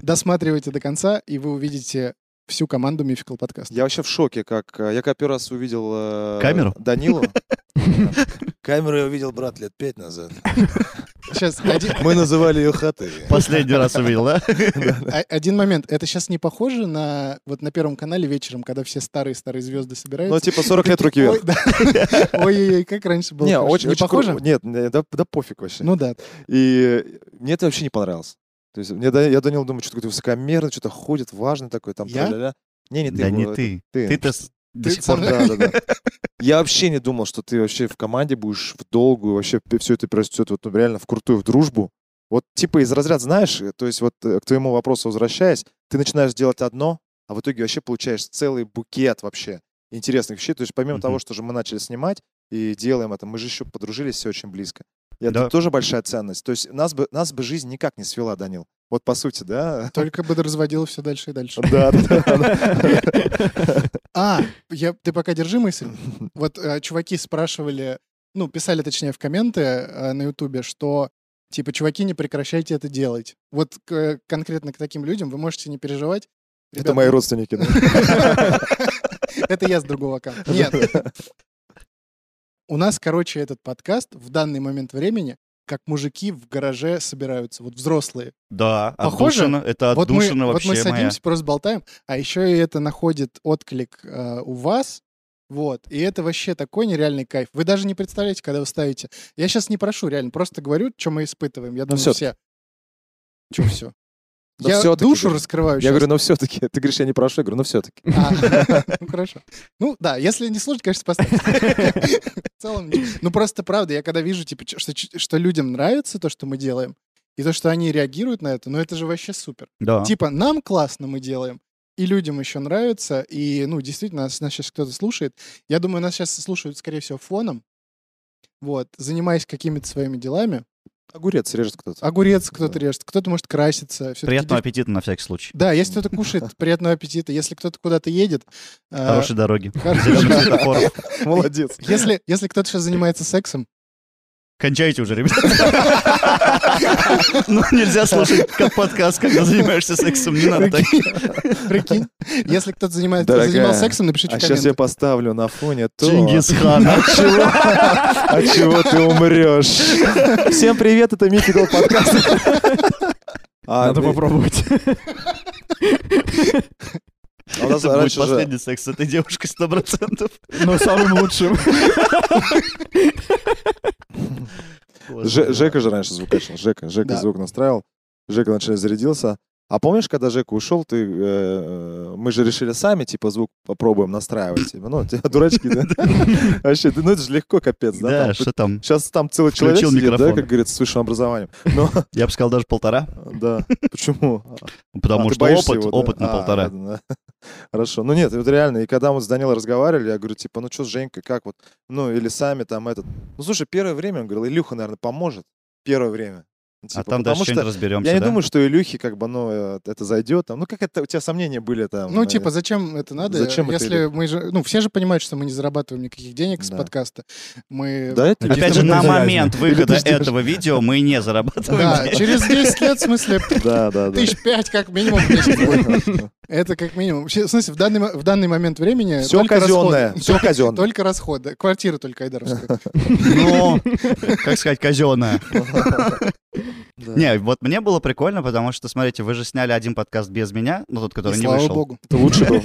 Speaker 4: досматривайте до конца, и вы увидите всю команду Мификал подкаста.
Speaker 3: Я вообще в шоке, как... э, Я как первый раз увидел... э,
Speaker 1: Камеру? *laughs*
Speaker 3: Данила.
Speaker 5: Камеру я увидел, брат, лет пять назад.
Speaker 4: Сейчас один,
Speaker 3: *laughs*
Speaker 5: Мы называли ее хатой.
Speaker 1: *laughs* Последний раз увидел, да?
Speaker 4: а- один момент. Это сейчас не похоже на вот на первом канале вечером, когда все старые старые звезды
Speaker 3: Ну,
Speaker 4: собираются.
Speaker 3: типа 40 лет руки вверх.
Speaker 4: Ой, да. *laughs* Ой-ой-ой, как раньше было.
Speaker 3: Не,
Speaker 4: хорошо.
Speaker 3: очень,
Speaker 4: не
Speaker 3: очень
Speaker 4: похоже?
Speaker 3: кру- Нет, не, да, да пофиг вообще.
Speaker 4: Ну да.
Speaker 3: И э, мне это вообще не понравилось. То есть мне, да- я Данил думаю, что то какой-то высокомерный, что-то ходит, важный такой, там,
Speaker 4: Я?
Speaker 3: тра-ля-ля. *laughs* Не, не ты.
Speaker 1: Да не
Speaker 3: э,
Speaker 1: ты.
Speaker 3: Ты.
Speaker 1: Ты-то с- до
Speaker 4: Ты
Speaker 1: сих
Speaker 4: со
Speaker 1: пор...
Speaker 4: мной.
Speaker 3: Да, да, да. Я вообще не думал, что ты вообще в команде будешь в долгую, вообще все это перерастет вот ну, реально в крутую в дружбу. Вот типа из разряда, знаешь, э, то есть вот э, к твоему вопросу возвращаясь, ты начинаешь делать одно, а в итоге вообще получаешь целый букет вообще интересных вещей. То есть помимо
Speaker 1: Мгм.
Speaker 3: того, что же мы начали снимать и делаем это, мы же еще подружились все очень близко. И это
Speaker 1: Да.
Speaker 3: тоже большая ценность. То есть нас бы, нас бы жизнь никак не свела, Данил. Вот по сути, да?
Speaker 4: Только бы разводило все дальше и дальше.
Speaker 3: Да, да,
Speaker 4: *laughs*
Speaker 3: да.
Speaker 4: А, я, ты пока держи мысль. Вот э, чуваки спрашивали, ну, писали, точнее, в комменты э, на Ютубе, что, типа, чуваки, не прекращайте это делать. Вот к- э, конкретно к таким людям вы можете не переживать.
Speaker 3: Это
Speaker 4: Ребята,
Speaker 3: мои родственники.
Speaker 4: *laughs*
Speaker 3: да.
Speaker 4: Это я с
Speaker 3: *laughs*
Speaker 4: другого аккаунта. Нет. У нас, короче, этот подкаст в данный момент времени как мужики в гараже собираются, вот взрослые.
Speaker 1: Да,
Speaker 4: Похоже?
Speaker 1: отдушина. Это
Speaker 4: вот мы,
Speaker 1: отдушина
Speaker 4: вот мы
Speaker 1: вообще моя.
Speaker 4: садимся, просто болтаем, а еще и это находит отклик э, у вас. Вот. И это вообще такой нереальный кайф. Вы даже не представляете, когда вы ставите. Я сейчас не прошу, реально, просто говорю, что мы испытываем. Я думаю,
Speaker 3: всё-таки. *laughs*
Speaker 4: все. Че все?
Speaker 3: Да
Speaker 4: я
Speaker 3: всё-таки,
Speaker 4: душу
Speaker 3: да.
Speaker 4: раскрываю
Speaker 3: Я
Speaker 4: щас.
Speaker 3: говорю, ну все-таки. *laughs* Ты говоришь, я не прошу. Я говорю, ну все-таки. *laughs*
Speaker 4: А, *laughs* Ну, хорошо. Ну, да, если не слушать, конечно, поставьте. В целом, не- ну, просто правда, я когда вижу, типа, чё- что, чё- что людям нравится то, что мы делаем, и то, что они реагируют на это, ну, это же вообще супер.
Speaker 1: Да.
Speaker 4: Типа, нам классно мы делаем, и людям еще нравится, и, ну, действительно, нас, сейчас кто-то слушает. Я думаю, нас сейчас слушают, скорее всего, фоном, вот, занимаясь какими-то своими делами.
Speaker 3: Огурец режет кто-то.
Speaker 4: Огурец кто-то
Speaker 3: Да.
Speaker 4: режет, кто-то может краситься. всё-таки типа,
Speaker 1: Приятного
Speaker 4: дев-
Speaker 1: аппетита на всякий случай.
Speaker 4: Да, если кто-то
Speaker 3: *laughs*
Speaker 4: кушает, приятного аппетита. Если кто-то куда-то едет... э, *laughs*
Speaker 1: Хорошей дороги.
Speaker 4: хорош-
Speaker 1: Зелёных светофоров.
Speaker 3: *laughs* Молодец.
Speaker 4: Если, если кто-то сейчас занимается сексом,
Speaker 1: Кончайте уже, ребята. *laughs* Ну, нельзя слушать как подкаст, когда занимаешься сексом. Не надо так. *laughs*
Speaker 4: прикинь, если кто-то занимается,
Speaker 3: Дорогая,
Speaker 4: занимался сексом, напишите
Speaker 3: А
Speaker 4: в
Speaker 3: сейчас я
Speaker 4: комменты.
Speaker 3: поставлю на фоне то,
Speaker 1: Чингисхан.
Speaker 3: *laughs* от чего, *laughs* от чего ты умрешь. Всем привет, это Мификал подкаст. *laughs* А,
Speaker 2: Надо
Speaker 3: мы-
Speaker 2: попробовать.
Speaker 3: а у нас
Speaker 1: Это будет
Speaker 3: раньше же-
Speaker 1: последний секс с этой девушкой 100%.
Speaker 2: Но самым лучшим.
Speaker 3: Ж- Жека же раньше звукачил. Жека, Жека
Speaker 4: Да.
Speaker 3: звук настраивал. Жека вначале зарядился. А помнишь, когда Жека ушел, ты, э, мы же решили сами, типа, звук попробуем настраивать. типа, Ну, *laughs* тебя дурачки, да? Вообще, ты- ну это же легко, капец, да?
Speaker 1: Да,
Speaker 3: там
Speaker 1: что там?
Speaker 3: Сейчас там целый
Speaker 1: Включил
Speaker 3: человек сидит, да,
Speaker 1: микрофон.
Speaker 3: как говорится, с высшим образованием. Но,
Speaker 1: Я бы сказал даже полтора, *laughs*
Speaker 3: да, почему? А,
Speaker 1: потому
Speaker 3: ты
Speaker 1: что
Speaker 3: боишься
Speaker 1: опыт,
Speaker 3: его, да?
Speaker 1: опыт на
Speaker 3: А,
Speaker 1: полтора.
Speaker 3: ладно, да. *laughs* Хорошо. Ну нет, вот реально, и когда мы с Данилой разговаривали, я говорю, типа, ну что, Женька, как вот, ну или сами там этот. Ну слушай, первое время, он говорил, Илюха, наверное, поможет. Первое время. Ну,
Speaker 1: А
Speaker 3: типа,
Speaker 1: там
Speaker 3: потому
Speaker 1: дальше что-нибудь
Speaker 3: что
Speaker 1: разберемся,
Speaker 3: я не
Speaker 1: да?
Speaker 3: думаю, что Илюхе как бы, ну, э, это зайдет. Там. Ну, как это, у тебя сомнения были там?
Speaker 4: Ну,
Speaker 3: э,
Speaker 4: типа, зачем это надо?
Speaker 3: Зачем это
Speaker 4: если мы же, ну, все же понимают, что мы не зарабатываем никаких денег с
Speaker 3: Да.
Speaker 4: подкаста. Мы
Speaker 3: Да, это
Speaker 4: типа
Speaker 1: Опять же,
Speaker 2: Каких-то
Speaker 1: на
Speaker 2: энтузиазма.
Speaker 1: момент выхода этого видео мы не зарабатываем.
Speaker 3: *laughs*
Speaker 4: Да,
Speaker 1: денег.
Speaker 4: через 10 лет, в смысле,
Speaker 3: Да, да, да.
Speaker 4: тысяч пять как минимум. в месяц будет.
Speaker 1: *laughs*
Speaker 4: Это как минимум. Вообще, В смысле, в данный, мо- в данный момент времени
Speaker 3: Все
Speaker 4: только
Speaker 3: казенное,
Speaker 4: *laughs* расходы.
Speaker 3: все казенное.
Speaker 4: Только расходы. Квартира
Speaker 3: *laughs*
Speaker 4: только Айдаровская.
Speaker 1: Ну, *laughs* как сказать, казенная. Не, вот мне было прикольно, потому что, смотрите, вы же сняли один подкаст без меня, ну, тот, который
Speaker 4: И
Speaker 1: не
Speaker 4: слава
Speaker 1: вышел.
Speaker 4: богу.
Speaker 3: Это лучше было.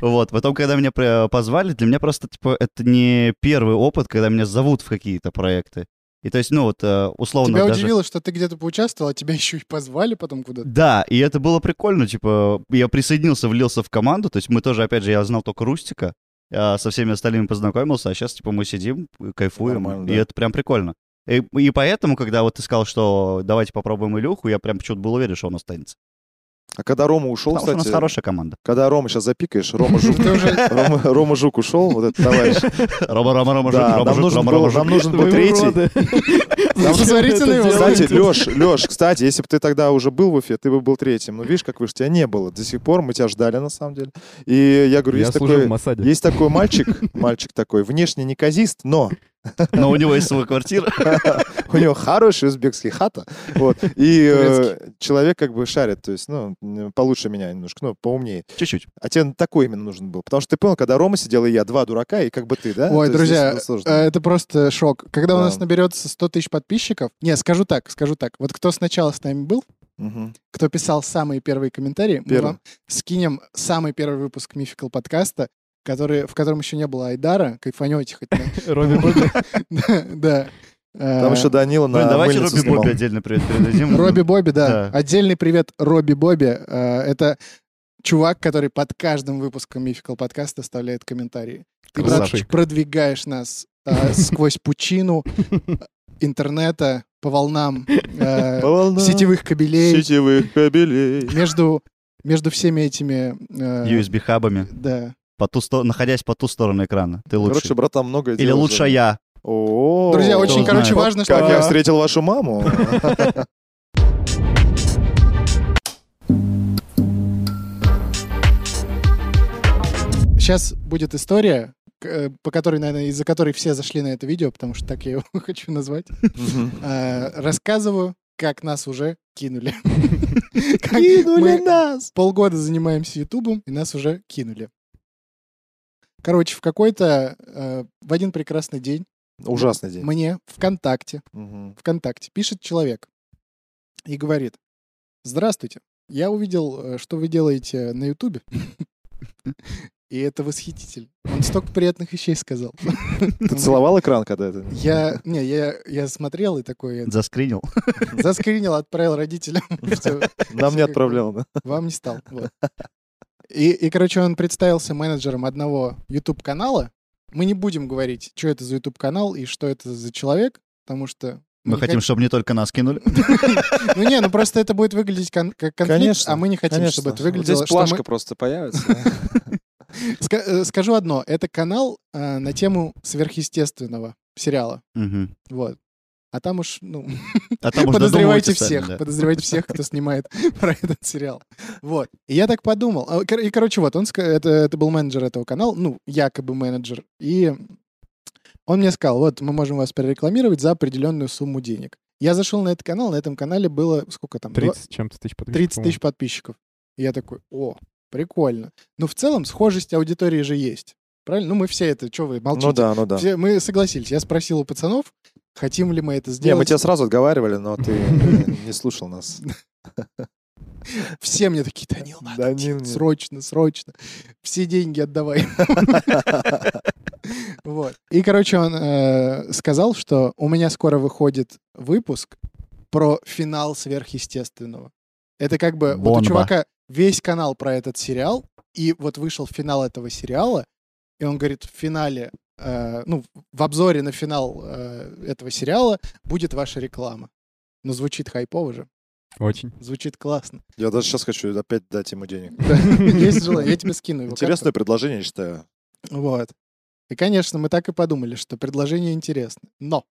Speaker 1: Вот, потом, когда меня при- позвали, для меня просто, типа, это не первый опыт, когда меня зовут в какие-то проекты. И то есть, ну, вот, э, условно
Speaker 4: Тебя
Speaker 1: даже...
Speaker 4: удивило, что ты где-то поучаствовал, а тебя *laughs* еще и позвали потом
Speaker 3: *laughs*
Speaker 4: куда-то.
Speaker 1: Да, и это было прикольно, типа, я присоединился, влился в команду, то есть мы тоже, опять же, я знал только Рустика, а со всеми остальными познакомился, а сейчас, типа, мы сидим, кайфуем,
Speaker 3: Нормально,
Speaker 1: и
Speaker 3: да.
Speaker 1: это прям прикольно. И, и поэтому, когда вот ты сказал, что давайте попробуем Илюху, я прям почему-то был уверен, что он останется.
Speaker 3: А когда Рома ушел,
Speaker 1: Потому что у нас
Speaker 3: кстати,
Speaker 1: хорошая
Speaker 3: *laughs*
Speaker 1: команда.
Speaker 3: когда Рома сейчас запикаешь, Рома
Speaker 1: *laughs*
Speaker 3: Жук,
Speaker 4: Ты уже-
Speaker 3: Рома, Рома Жук ушел, вот этот
Speaker 4: *laughs*
Speaker 3: товарищ.
Speaker 1: Рома, Рома, Рома,
Speaker 3: Да,
Speaker 1: Жук, Рома,
Speaker 3: нам
Speaker 1: Жук,
Speaker 3: нужен
Speaker 1: Рома,
Speaker 3: был-
Speaker 1: Рома, Жук.
Speaker 3: нам нужен был
Speaker 2: Вы
Speaker 3: третий.
Speaker 2: уроды. Зачем
Speaker 4: Посмотрите
Speaker 2: это
Speaker 4: на его.
Speaker 2: делаете?
Speaker 3: Кстати, Леш, Леш, кстати, если бы ты тогда уже был в Уфе, ты бы был третьим. Но видишь, как выше тебя не было. До сих пор мы тебя ждали, на самом деле. И я говорю,
Speaker 2: Я
Speaker 3: есть
Speaker 2: служил в
Speaker 3: такой...
Speaker 2: Масаде.
Speaker 3: Есть такой мальчик, мальчик такой, внешне неказист, но *laughs*
Speaker 1: Но у него есть своя квартира.
Speaker 3: у него хороший узбекский хата, вот, и э, человек как бы шарит, то есть, ну, м, получше меня немножко, ну, поумнее. *laughs*
Speaker 1: Чуть-чуть.
Speaker 3: А тебе такой именно нужен был, потому что ты понял, когда Рома сидел и я, два дурака, и как бы ты, да?
Speaker 4: Ой,
Speaker 3: То есть здесь
Speaker 4: друзья,
Speaker 3: было сложно.
Speaker 4: э, это просто шок. Когда у
Speaker 3: Да.
Speaker 4: нас наберется 100 тысяч подписчиков... Не, скажу так, скажу так. Вот кто сначала с нами был,
Speaker 3: Мгм.
Speaker 4: кто писал самые первые комментарии, мы
Speaker 3: Первый.
Speaker 4: вам скинем самый первый выпуск Мификал подкаста, который, в котором еще не было Айдара. Кайфанете хоть. да?
Speaker 2: *laughs* Робби Бобби.
Speaker 4: Да, *laughs* Да.
Speaker 3: Там
Speaker 4: Э,
Speaker 3: еще Данила
Speaker 1: Блин,
Speaker 3: на
Speaker 1: давайте
Speaker 3: мыльнице
Speaker 1: Робби
Speaker 3: снимал.
Speaker 1: Бобби отдельно привет
Speaker 3: *laughs*
Speaker 1: передадим.
Speaker 4: Робби Бобби, да.
Speaker 1: Да.
Speaker 4: Отдельный привет Робби Бобби. Э, Это чувак, который под каждым выпуском Мификал подкаста оставляет комментарии. Ты,
Speaker 1: Красавчик.
Speaker 4: брат, продвигаешь нас э, сквозь пучину интернета по волнам
Speaker 2: *laughs*
Speaker 4: э,
Speaker 3: Волна
Speaker 4: сетевых кабелей
Speaker 3: сетевых кабелей.
Speaker 4: между между всеми этими... э,
Speaker 1: USB-хабами,
Speaker 4: Да.
Speaker 1: по ту сто- находясь по ту сторону экрана. Ты лучше.
Speaker 3: Короче, братан, много
Speaker 1: Или лучше я.
Speaker 3: О,
Speaker 4: Друзья, очень,
Speaker 1: знает.
Speaker 4: короче, важно, что...
Speaker 3: Как
Speaker 4: вы-
Speaker 3: я встретил вашу маму.
Speaker 4: Сейчас будет история, к- э, по которой, наверное, из-за которой все зашли на это видео, потому что так я его *laughs* хочу назвать. Э, Рассказываю, как нас уже
Speaker 3: *laughs*
Speaker 4: кинули. Как мы
Speaker 3: нас.
Speaker 4: полгода занимаемся Ютубом, и нас уже кинули. Короче, в какой-то, э, в один прекрасный день
Speaker 3: Ужасный день.
Speaker 4: мне ВКонтакте,
Speaker 3: Мгм.
Speaker 4: ВКонтакте пишет человек и говорит, здравствуйте, я увидел, э, что вы делаете на Ютубе. И это восхититель. Он столько приятных вещей сказал.
Speaker 3: Ты целовал экран когда это?
Speaker 4: Я, не, я, я смотрел и такой э,
Speaker 1: Заскринил.
Speaker 3: Ну,
Speaker 4: заскринил, отправил родителям. *laughs* Всё,
Speaker 3: Нам не отправлял, да?
Speaker 4: Вам не стал. Вот. И, и, короче, он представился менеджером одного YouTube-канала. Мы не будем говорить, что это за YouTube-канал и что это за человек, потому что...
Speaker 1: Мы
Speaker 4: не
Speaker 1: хотим,
Speaker 4: хот-
Speaker 1: чтобы не только нас кинули.
Speaker 4: Ну не, ну просто это будет выглядеть кон- как конфликт,
Speaker 3: Конечно,
Speaker 4: а мы не хотим,
Speaker 3: Конечно.
Speaker 4: чтобы это
Speaker 3: Вот
Speaker 4: выглядело...
Speaker 3: Здесь
Speaker 4: что мы-
Speaker 3: плашка просто
Speaker 4: *laughs*
Speaker 3: появится.
Speaker 4: Ска- э, Скажу одно. Это канал э, на тему сверхъестественного сериала.
Speaker 1: Мгм.
Speaker 4: Вот. А там уж, ну,
Speaker 1: А там уже
Speaker 4: *laughs* подозревайте
Speaker 1: додумывайте сами,
Speaker 4: всех,
Speaker 1: да.
Speaker 4: подозревайте всех, кто снимает *laughs* про этот сериал. Вот. И я так подумал. А, кор- И, короче, вот он, ска- это, это был менеджер этого канала, ну, якобы менеджер. И он мне сказал, вот, мы можем вас прорекламировать за определенную сумму денег. Я зашел на этот канал, на этом канале было, сколько там? Два-
Speaker 2: 30 с чем-то тысяч подписчиков.
Speaker 4: 30 тысяч подписчиков. И я такой, о, прикольно. Но в целом схожесть аудитории же есть. Правильно? Ну, мы все это, что вы молчите?
Speaker 3: Ну да, ну да.
Speaker 4: Все- мы согласились. Я спросил у пацанов, хотим ли мы это
Speaker 3: Не,
Speaker 4: сделать.
Speaker 3: мы тебя сразу отговаривали, но ты э, не слушал нас.
Speaker 4: Все мне такие, Данил, надо,
Speaker 3: Данил,
Speaker 4: делать,
Speaker 3: нет».
Speaker 4: срочно, срочно. Все деньги отдавай. Вот. И, короче, он э, сказал, что у меня скоро выходит выпуск про финал сверхъестественного. Это как бы вот у
Speaker 1: Бонба.
Speaker 4: чувака весь канал про этот сериал, и вот вышел финал этого сериала, и он говорит, в финале, э, ну, в обзоре на финал э, этого сериала будет ваша реклама. Ну, звучит хайпово же,
Speaker 2: Очень.
Speaker 4: звучит классно.
Speaker 3: Я даже сейчас хочу опять дать ему денег.
Speaker 4: Да, *laughs* Есть желание, я тебе скину Ну, его.
Speaker 3: Интересное предложение, я считаю.
Speaker 4: карту. Вот. И, конечно, мы так и подумали, что предложение интересно. Но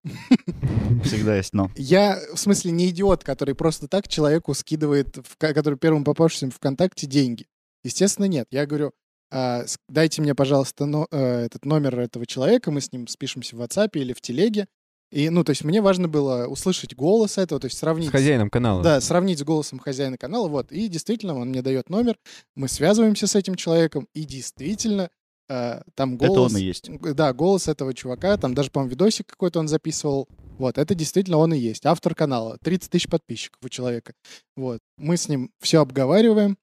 Speaker 1: Всегда есть но.
Speaker 4: Я, в смысле, не идиот, который просто так человеку скидывает, в ка- который первым попавшимся ВКонтакте, деньги. Естественно, нет. Я говорю, «А, с- дайте мне, пожалуйста, но- э, этот номер этого человека, мы с ним спишемся в WhatsApp или в телеге. И, ну, то есть мне важно было услышать голос этого, то есть
Speaker 2: С
Speaker 4: сравнить...
Speaker 2: хозяином канала.
Speaker 4: Да, сравнить с голосом хозяина канала, вот. И действительно, он мне дает номер, мы связываемся с этим человеком, и действительно, э, там
Speaker 1: Это он
Speaker 4: голос...
Speaker 1: и есть.
Speaker 4: Да, голос этого чувака, там даже, по-моему, видосик какой-то он записывал. Вот, это действительно он и есть, автор канала. 30 тысяч подписчиков у человека. Вот, мы с ним все обговариваем,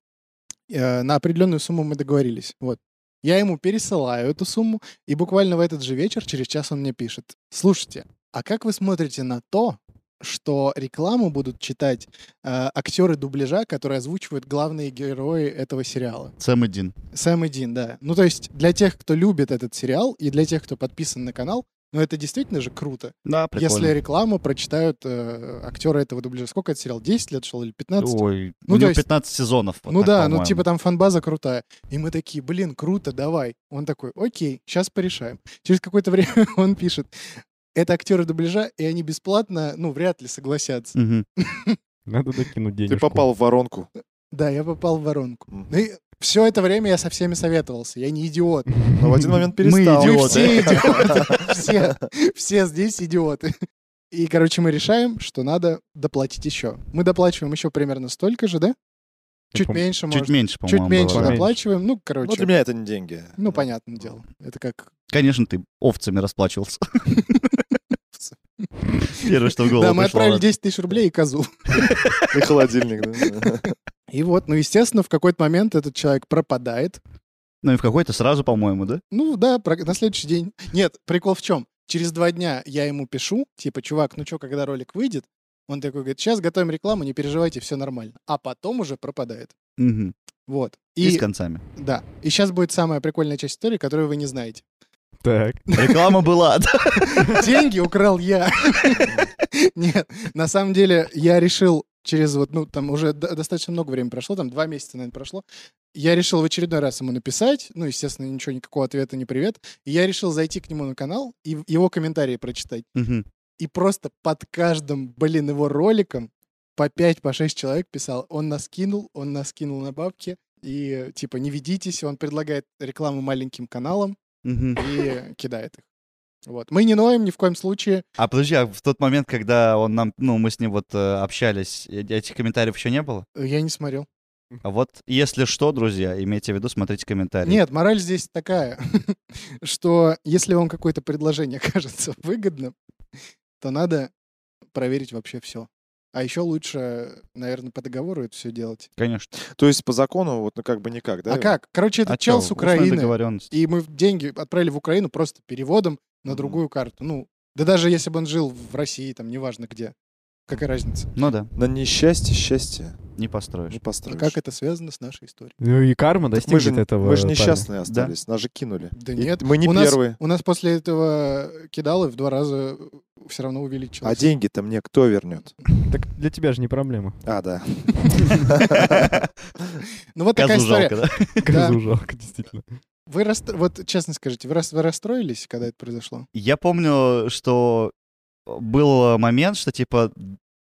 Speaker 4: Э, на определенную сумму мы договорились, вот. Я ему пересылаю эту сумму, и буквально в этот же вечер, через час он мне пишет. Слушайте, а как вы смотрите на то, что рекламу будут читать э, актеры дубляжа, которые озвучивают главные герои этого сериала?
Speaker 1: Сэм и Дин.
Speaker 4: Сэм и Дин, да. Ну, то есть для тех, кто любит этот сериал, и для тех, кто подписан на канал, ну, это действительно же круто.
Speaker 1: Да,
Speaker 4: Если рекламу прочитают э, актеры этого дубляжа. Сколько это сериал? 10 лет шел или 15?
Speaker 1: Ой,
Speaker 4: Ну,
Speaker 1: у
Speaker 4: то
Speaker 1: него
Speaker 4: есть-
Speaker 1: 15 сезонов. вот
Speaker 4: ну
Speaker 1: так,
Speaker 4: да, ну
Speaker 1: по-моему.
Speaker 4: типа там фанбаза крутая. И мы такие, блин, круто, давай. Он такой, окей, сейчас порешаем. Через какое-то время *laughs* он пишет, это актеры дубляжа, и они бесплатно, ну, вряд ли согласятся.
Speaker 1: Мгм.
Speaker 2: Надо докинуть денег.
Speaker 3: Ты
Speaker 2: *laughs*
Speaker 3: попал в воронку.
Speaker 4: Да, я попал в воронку.
Speaker 3: Мгм.
Speaker 4: Ну и все это время я со всеми советовался, я не идиот.
Speaker 3: Но в один момент
Speaker 1: Мы
Speaker 3: перестал.
Speaker 1: идиоты.
Speaker 4: Мы все идиоты. *laughs* Все, все здесь идиоты. И, короче, мы решаем, что надо доплатить еще. Мы доплачиваем еще примерно столько же, да? Чуть
Speaker 2: пом-
Speaker 4: меньше,
Speaker 1: Чуть
Speaker 4: может.
Speaker 1: меньше,
Speaker 4: Чуть
Speaker 1: по-моему,
Speaker 4: меньше
Speaker 1: было.
Speaker 2: да.
Speaker 4: доплачиваем. Ну,
Speaker 3: Ну,
Speaker 4: короче,
Speaker 3: для меня это не деньги.
Speaker 4: ну, понятное дело. Это как...
Speaker 1: Конечно, ты овцами
Speaker 4: *laughs*
Speaker 1: расплачивался. Первое, что в голову
Speaker 4: Да, мы
Speaker 1: пришло.
Speaker 4: отправили 10 тысяч рублей и козу.
Speaker 3: И холодильник, да.
Speaker 4: И вот, ну, естественно, в какой-то момент этот человек пропадает.
Speaker 1: Ну и в какой-то сразу, по-моему, да?
Speaker 4: Ну, да, про- на следующий день. Нет, прикол в чем? Через два дня я ему пишу, типа, чувак, ну что, когда ролик выйдет? Он такой говорит, сейчас готовим рекламу, не переживайте, все нормально. А потом уже пропадает.
Speaker 1: Мгм.
Speaker 4: Вот.
Speaker 1: И с
Speaker 4: И,
Speaker 1: концами.
Speaker 4: да. И сейчас будет самая прикольная часть истории, которую вы не знаете.
Speaker 2: Так.
Speaker 1: Реклама была, да?
Speaker 4: Деньги украл я. Нет, на самом деле я решил через вот, ну, там уже до- достаточно много времени прошло, там два месяца, наверное, прошло. Я решил в очередной раз ему написать, ну, естественно, ничего, никакого ответа, не привет. И я решил зайти к нему на канал и в- его комментарии прочитать.
Speaker 1: Мгм.
Speaker 4: И просто под каждым, блин, его роликом по 5, по 6 человек писал, он нас кинул, он нас кинул на бабки, и э, типа не ведитесь, он предлагает рекламу маленьким каналам
Speaker 1: Мгм.
Speaker 4: и кидает их. Вот. Мы не ноем ни в коем случае.
Speaker 1: А подожди, а в тот момент, когда он нам, ну, мы с ним вот э, общались, э- этих комментариев еще не было?
Speaker 4: Э, Я не смотрел.
Speaker 1: А вот если что, друзья, имейте в виду, смотрите комментарии.
Speaker 4: Нет, мораль здесь такая, *laughs* что если вам какое-то предложение *laughs* кажется выгодным, то надо проверить вообще все. А еще лучше, наверное, по договору это все делать.
Speaker 1: Конечно.
Speaker 3: То есть по закону вот ну как бы никак, да?
Speaker 4: а как? Короче, этот
Speaker 1: А
Speaker 4: чел
Speaker 1: чё,
Speaker 4: с
Speaker 1: устная
Speaker 4: Украины.
Speaker 1: договорённость.
Speaker 4: И мы деньги отправили в Украину просто переводом на
Speaker 3: Мгм.
Speaker 4: другую карту. Ну, да даже если бы он жил в России, там, неважно где. Какая разница?
Speaker 1: Ну да,
Speaker 3: На несчастье счастье
Speaker 1: не построишь.
Speaker 4: *laughs*
Speaker 3: не
Speaker 4: А
Speaker 3: построишь.
Speaker 4: как это связано с нашей историей?
Speaker 2: Ну и карма
Speaker 3: Так мы
Speaker 2: достигнет
Speaker 3: же,
Speaker 2: этого.
Speaker 3: мы же
Speaker 2: парня.
Speaker 3: несчастные остались, нас же кинули.
Speaker 4: Да
Speaker 3: И
Speaker 4: нет.
Speaker 3: Мы не
Speaker 4: у нас-
Speaker 3: первые.
Speaker 4: у нас после этого кидалы в два раза все равно увеличилось.
Speaker 3: А деньги-то мне кто вернет?
Speaker 2: Так для тебя же не проблема.
Speaker 3: А, да.
Speaker 4: Ну вот такая
Speaker 1: Козу
Speaker 4: история.
Speaker 1: жалко, да?
Speaker 2: *laughs*
Speaker 4: Да.
Speaker 2: Козу жалко, действительно.
Speaker 4: Вы расстро- вот честно скажите, вы, рас- вы расстроились, когда это произошло?
Speaker 1: Я помню, что был момент, что типа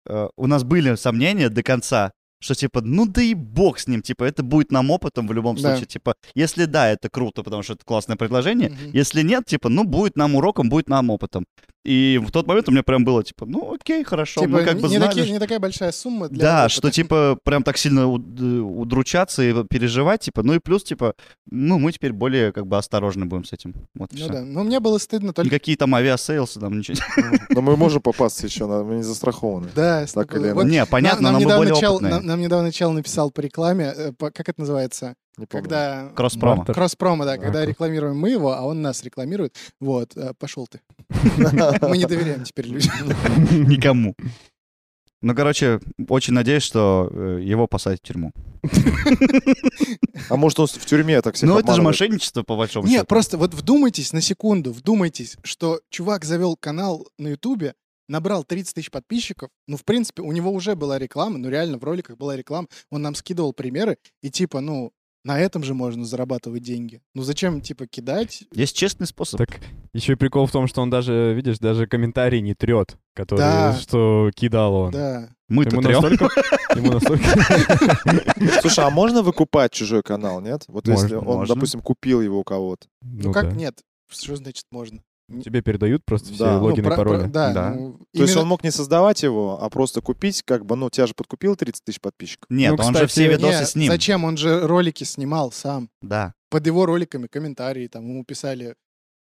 Speaker 1: э, у нас были сомнения до конца, что типа, ну да и бог с ним, типа это будет нам опытом в любом
Speaker 4: Да.
Speaker 1: случае, типа если да, это круто, потому что это классное предложение,
Speaker 4: Мгм.
Speaker 1: если нет, типа, ну будет нам уроком, будет нам опытом. И в тот момент у меня прям было типа, ну окей, хорошо,
Speaker 4: Типа,
Speaker 1: мы как бы
Speaker 4: не,
Speaker 1: знали,
Speaker 4: такие-
Speaker 1: что-
Speaker 4: не такая большая сумма для
Speaker 1: Да,
Speaker 4: опыта.
Speaker 1: что типа прям так сильно уд- удручаться и переживать, типа, ну и плюс, типа, ну мы теперь более как бы осторожны будем с этим. Вот и
Speaker 4: Ну
Speaker 1: всё.
Speaker 4: да, но мне было стыдно только...
Speaker 1: Никакие там авиасейлсы, там
Speaker 4: *laughs*
Speaker 1: ничего.
Speaker 3: *laughs* Но мы можем попасться еще, на- мы не застрахованы.
Speaker 4: Да,
Speaker 3: Так
Speaker 4: стыдно.
Speaker 3: или
Speaker 4: Вот
Speaker 3: иначе.
Speaker 1: Не, понятно,
Speaker 4: нам,
Speaker 1: но мы
Speaker 4: недавно
Speaker 1: более
Speaker 4: чел,
Speaker 1: опытные.
Speaker 4: нам, нам недавно чел написал по рекламе, э, по- как это называется,
Speaker 3: Не помню.
Speaker 4: когда...
Speaker 1: Кросспрома.
Speaker 2: Бартер.
Speaker 4: Кросспрома,
Speaker 3: Да,
Speaker 4: да, когда
Speaker 2: кросс-
Speaker 4: рекламируем мы его, а он нас рекламирует. э,
Speaker 1: *laughs*
Speaker 4: Вот, пошел ты. Мы не доверяем теперь людям.
Speaker 1: Никому. Ну, короче, очень надеюсь, что э, его посадят в тюрьму.
Speaker 3: А может, он в тюрьме так всех
Speaker 1: Ну, это же
Speaker 3: обманывает?
Speaker 1: мошенничество, по большому
Speaker 4: Нет,
Speaker 1: счету.
Speaker 4: просто вот вдумайтесь на секунду, вдумайтесь, что чувак завел канал на Ютубе, набрал 30 тысяч подписчиков. Ну, в принципе, у него уже была реклама, ну, реально в роликах была реклама. Он нам скидывал примеры, и типа, ну, на этом же можно зарабатывать деньги. Ну, зачем, типа, кидать?
Speaker 1: Есть честный способ.
Speaker 2: Так еще и прикол в том, что он даже, видишь, даже комментарий не трет, который,
Speaker 4: Да.
Speaker 2: что кидал он.
Speaker 4: Да.
Speaker 1: Мы
Speaker 2: Ему
Speaker 1: тут трем.
Speaker 2: настолько, ему настолько-
Speaker 3: Слушай, а можно выкупать чужой канал, нет? Вот если
Speaker 2: Можно,
Speaker 3: он,
Speaker 1: можно.
Speaker 3: допустим, купил его у кого-то.
Speaker 4: Ну,
Speaker 2: Ну
Speaker 4: как
Speaker 2: да.
Speaker 4: нет? Что значит можно?
Speaker 2: Тебе передают просто все
Speaker 3: Да. Ну,
Speaker 2: логины,
Speaker 4: про- про-
Speaker 2: пароли.
Speaker 4: да.
Speaker 1: Да.
Speaker 4: ну,
Speaker 3: То есть
Speaker 4: именно-
Speaker 3: он мог не создавать его, а просто купить, как бы, ну, тебя же подкупил 30 тысяч подписчиков.
Speaker 1: Нет,
Speaker 2: Ну,
Speaker 1: он
Speaker 2: кстати,
Speaker 1: же все видосы
Speaker 4: Не,
Speaker 1: с ним.
Speaker 4: Зачем? Он же ролики снимал сам.
Speaker 1: Да,
Speaker 4: Под его роликами комментарии, там, ему писали...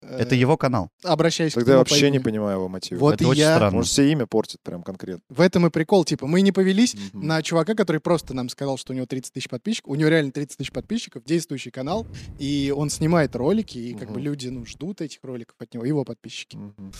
Speaker 4: э,
Speaker 1: это его канал.
Speaker 4: Обращаясь к
Speaker 3: Тогда я
Speaker 4: нему по
Speaker 3: вообще не
Speaker 4: имени.
Speaker 3: понимаю его мотива.
Speaker 4: ну, Вот
Speaker 1: Это
Speaker 4: и
Speaker 1: очень
Speaker 4: я.
Speaker 1: странно.
Speaker 3: Может, все имя портит прям конкретно.
Speaker 4: В этом и прикол. Типа, мы не повелись
Speaker 3: Мгм.
Speaker 4: на чувака, который просто нам сказал, что у него 30 тысяч подписчиков. У него реально 30 тысяч подписчиков, действующий канал, и он снимает ролики, и как бы
Speaker 3: Мгм.
Speaker 4: люди, ну, ждут этих роликов от него, его подписчики.
Speaker 3: Мгм.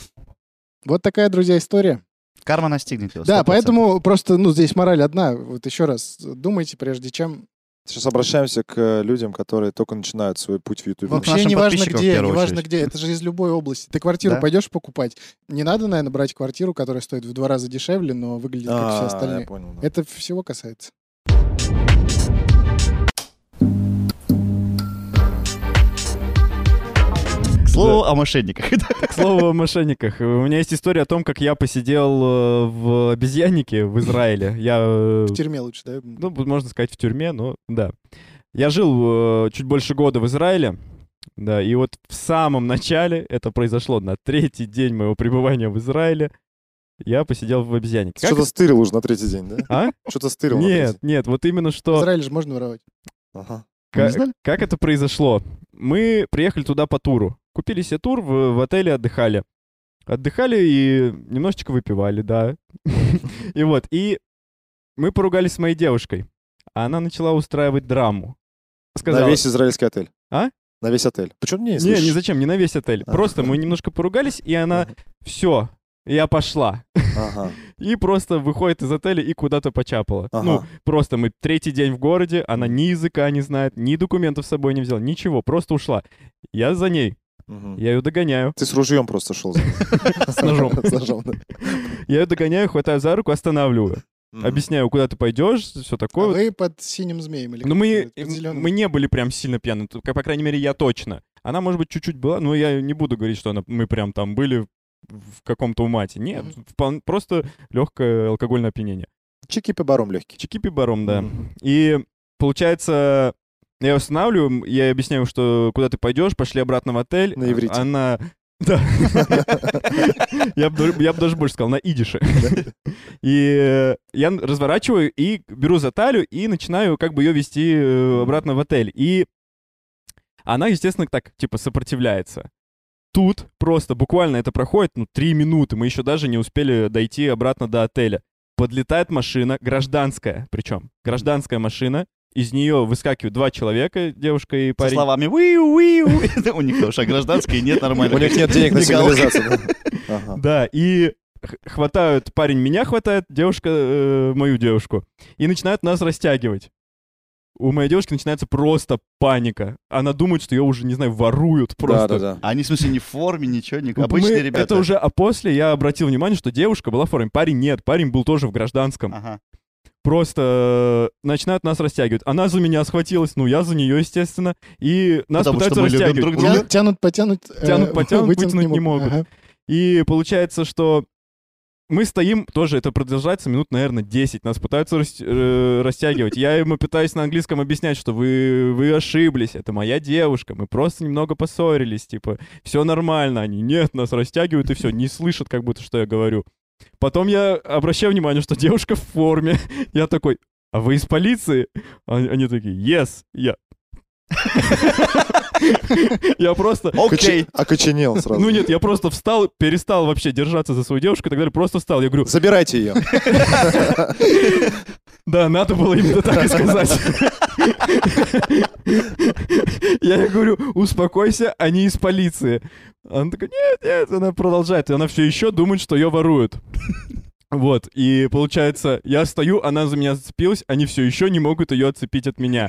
Speaker 4: Вот такая, друзья, история.
Speaker 1: Карма настигнет его.
Speaker 4: Да,
Speaker 1: 100%.
Speaker 4: поэтому просто, ну, здесь мораль одна. Вот еще раз, думайте, прежде чем...
Speaker 3: Сейчас обращаемся к э, людям, которые только начинают свой путь в Ютубе.
Speaker 1: Вот.
Speaker 4: Вообще
Speaker 1: нашим
Speaker 4: не важно
Speaker 1: подписчикам в
Speaker 4: где, не
Speaker 1: первую
Speaker 4: важно
Speaker 1: очередь.
Speaker 4: где. Это же из любой области. Ты квартиру
Speaker 1: Да.
Speaker 4: пойдешь покупать. Не надо, наверное, брать квартиру, которая стоит в два раза дешевле, но выглядит как все
Speaker 3: А,
Speaker 4: остальные.
Speaker 3: я понял, да.
Speaker 4: Это всего касается.
Speaker 1: К слову о мошенниках. *laughs*
Speaker 2: К слову о мошенниках. У меня есть история о том, как я посидел э, в обезьяннике в Израиле. Я, э,
Speaker 4: В тюрьме лучше, да?
Speaker 2: ну, можно сказать, в тюрьме, но да. Я жил э, чуть больше года в Израиле. Да, и вот в самом начале это произошло на третий день моего пребывания в Израиле. Я посидел в обезьяннике. Как-
Speaker 3: Что-то стырил уже на третий день, да?
Speaker 2: А?
Speaker 3: Что-то стырил на
Speaker 2: Нет,
Speaker 3: третий.
Speaker 2: нет, вот именно
Speaker 4: В
Speaker 2: что...
Speaker 4: Израиле же можно воровать.
Speaker 3: Ага.
Speaker 1: Вы не
Speaker 2: Как,
Speaker 1: знали?
Speaker 2: как это произошло? Мы приехали туда по туру. Купили себе тур, в, в отеле отдыхали. Отдыхали и немножечко выпивали, да. *laughs* И вот, и мы поругались с моей девушкой. А она начала устраивать драму.
Speaker 3: На
Speaker 2: Сказала,
Speaker 3: весь израильский отель.
Speaker 2: А?
Speaker 3: На весь отель. Почему мне не
Speaker 2: не, не
Speaker 3: слышишь?
Speaker 2: зачем, не на весь отель.
Speaker 3: А.
Speaker 2: Просто мы немножко поругались, и она, все, я пошла.
Speaker 3: Ага.
Speaker 2: И просто выходит из отеля и куда-то почапала.
Speaker 3: Ага.
Speaker 2: Ну, Просто мы третий день в городе, она ни языка не знает, ни документов с собой не взяла, ничего, просто ушла. Я за ней,
Speaker 3: Мгм.
Speaker 2: я ее догоняю,
Speaker 3: Ты с ружьем просто шел. за ним.
Speaker 2: *laughs* с ножом.
Speaker 3: *laughs* С ножом, да.
Speaker 2: Я ее догоняю, хватаю за руку, останавливаю.
Speaker 3: Мгм.
Speaker 2: Объясняю, куда ты пойдешь, все
Speaker 4: А
Speaker 2: такое. вот.
Speaker 4: вы под синим змеем или
Speaker 2: Но Ну, мы,
Speaker 4: как это, под зелёным?
Speaker 2: мы не были прям сильно пьяны, тут, по крайней мере, я точно. Она, может быть, чуть-чуть была, но я не буду говорить, что она, мы прям там были в каком-то умате. Нет,
Speaker 4: Мгм.
Speaker 2: вполне- просто легкое алкогольное опьянение.
Speaker 3: Чики по баром легкий.
Speaker 2: Чики-пибаром, да. И получается, я ее останавливаю, я ей объясняю, что куда ты пойдешь, пошли обратно в отель.
Speaker 3: На иврите.
Speaker 2: Она... *laughs* Да. Я бы даже больше сказал, на
Speaker 3: *laughs*
Speaker 2: идише. И э, я н- разворачиваю и беру за талию и начинаю как бы ее вести э, обратно в отель. И она, естественно, так, типа, сопротивляется. Тут просто буквально это проходит, ну, три минуты. Мы еще даже не успели дойти обратно до отеля. Подлетает машина, гражданская причем. Гражданская машина. Из нее выскакивают два человека, девушка и
Speaker 1: Со
Speaker 2: парень.
Speaker 1: словами «Уиу, уиу». *laughs* У них потому что гражданские нет нормально.
Speaker 3: У них нет денег на
Speaker 1: Мигалка.
Speaker 3: сигнализацию.
Speaker 2: *laughs*
Speaker 3: да? Ага.
Speaker 2: Да, и х- хватают, парень меня хватает, девушка э, мою девушку. И начинают нас растягивать. У моей девушки начинается просто паника. Она думает, что ее уже, не знаю, воруют просто.
Speaker 3: Да-да-да.
Speaker 1: А Они, в смысле, не в форме, ничего, не
Speaker 2: Ну, Мы-
Speaker 1: обычные ребята.
Speaker 2: Это уже, а после я обратил внимание, что девушка была в форме, парень нет, парень был тоже в гражданском.
Speaker 1: Ага.
Speaker 2: Просто э, начинают нас растягивать. Она за меня схватилась, ну я за нее, естественно, и нас
Speaker 1: Потому
Speaker 2: пытаются
Speaker 1: что мы любим
Speaker 2: растягивать.
Speaker 1: друг
Speaker 2: У
Speaker 1: друга.
Speaker 2: меня-
Speaker 4: Тя- Тянут, потянут, э, *laughs*
Speaker 2: Тянут, потянут, вытянуть не могут.
Speaker 4: Ага.
Speaker 2: И получается, что мы стоим, тоже это продолжается минут, наверное, 10. Нас пытаются рас- э, растягивать. Я ему пытаюсь на английском объяснять, что вы, вы ошиблись, это моя девушка, мы просто немного поссорились, типа, все нормально. Они, нет, нас растягивают и все, не слышат как будто, что я говорю. Потом я обращаю внимание, что девушка в форме. *laughs* Я такой, а вы из полиции? А- Они такие, yes, я. *laughs* Я просто...
Speaker 1: Окей.
Speaker 3: Коче- Окоченел сразу.
Speaker 2: Ну нет, я просто встал, перестал вообще держаться за свою девушку и так далее, просто встал. Я
Speaker 3: *laughs*
Speaker 2: говорю,
Speaker 3: Забирайте ее.
Speaker 2: да, надо было именно так и сказать. Я ей говорю, успокойся, они из полиции. Она такая, нет, нет, она продолжает. И она все еще думает, что ее воруют. Вот, и получается, я стою, она за меня зацепилась, они все еще не могут ее отцепить от меня.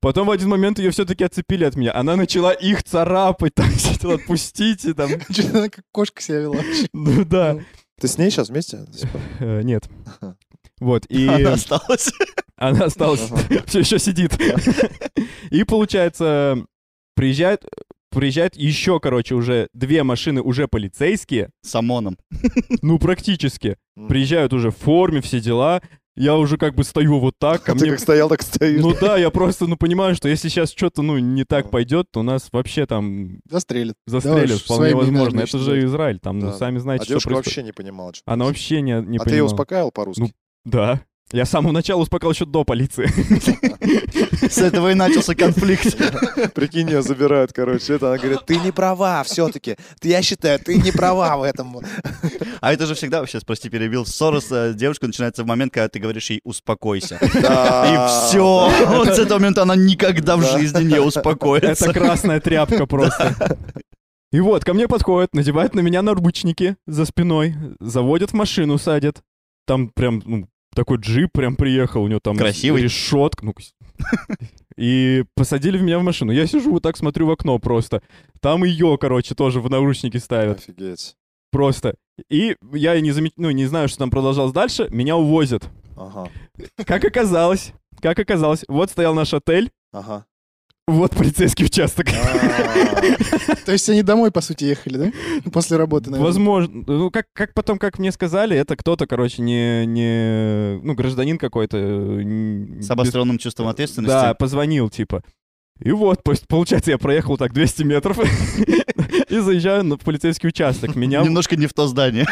Speaker 2: Потом в один момент ее все-таки отцепили от меня. Она начала их царапать, *laughs* там сидела, отпустите, там,
Speaker 4: *laughs* Что-то она как кошка себя вела. вообще. *laughs*
Speaker 2: ну да.
Speaker 3: Ты с ней
Speaker 2: *laughs*
Speaker 3: сейчас вместе?
Speaker 2: Э, Нет. Вот,
Speaker 3: *laughs*
Speaker 2: и
Speaker 1: Она осталась.
Speaker 2: *laughs* она осталась, *laughs* все еще сидит. И получается, приезжает, приезжает еще, короче, уже две машины, уже полицейские,
Speaker 1: С ОМОНом.
Speaker 2: ну практически.
Speaker 3: Мгм.
Speaker 2: Приезжают уже в форме, все дела. Я уже как бы стою вот так, ко
Speaker 3: А *laughs* ты
Speaker 2: мне...
Speaker 3: как стоял, так
Speaker 2: *laughs*
Speaker 3: стоишь.
Speaker 2: Ну да, я просто, ну понимаю, что если сейчас что-то, ну, не так пойдет, то нас вообще там
Speaker 4: Застрелит.
Speaker 2: застрелят,
Speaker 4: уж,
Speaker 2: вполне
Speaker 4: своими
Speaker 2: возможно.
Speaker 4: ногами
Speaker 2: Это
Speaker 4: что-то.
Speaker 2: же Израиль, там, ну,
Speaker 3: Да.
Speaker 2: сами
Speaker 3: А
Speaker 2: знаете, что
Speaker 3: девушка
Speaker 2: происходит.
Speaker 3: вообще не понимала, что
Speaker 2: Она
Speaker 3: происходит.
Speaker 2: вообще не, не
Speaker 3: А ты ее
Speaker 2: понимала. Ну,
Speaker 3: успокаивал по-русски?
Speaker 2: Да. Я с самого начала успокаивал еще до полиции.
Speaker 1: С этого и начался конфликт.
Speaker 3: *laughs* Прикинь, ее забирают, короче. Это она говорит,
Speaker 5: Ты не права все-таки. Я считаю, ты не права в этом.
Speaker 1: *laughs* А это же всегда, сейчас, прости, перебил, ссора с э, девушкой начинается в момент, когда ты говоришь ей «успокойся».
Speaker 3: да.
Speaker 1: И все. Вот с этого момента она никогда в
Speaker 3: А. Да.
Speaker 1: жизни не успокоится.
Speaker 2: Это красная тряпка просто. И вот, ко мне подходят, надевают на меня наручники за спиной, заводят в машину, садят. Там прям, ну, такой джип прям приехал, у него там
Speaker 1: Красивый.
Speaker 2: решетка. ну, *laughs* кс- и посадили в меня в машину. Я сижу вот так, смотрю в окно просто. Там ее, короче, тоже в наручники ставят.
Speaker 3: Офигеть.
Speaker 2: Просто. И я и не, замет... ну, не знаю, что там продолжалось дальше. Меня увозят.
Speaker 3: Ага.
Speaker 2: Как оказалось, как оказалось, вот стоял наш отель,
Speaker 3: Ага.
Speaker 2: вот полицейский участок.
Speaker 3: А,
Speaker 4: То есть они домой, по сути, ехали, да? Ну, После работы, наверное.
Speaker 2: Возможно. Ну, как, как потом, как мне сказали, это кто-то, короче, не, не ну, гражданин какой-то. э, н-
Speaker 1: С
Speaker 2: без-
Speaker 1: обостренным чувством
Speaker 2: Да,
Speaker 1: ответственности.
Speaker 2: позвонил, типа. И вот, то есть, получается, я проехал так 200 метров *laughs* и заезжаю на полицейский участок. Меня,
Speaker 1: Немножко не в то здание.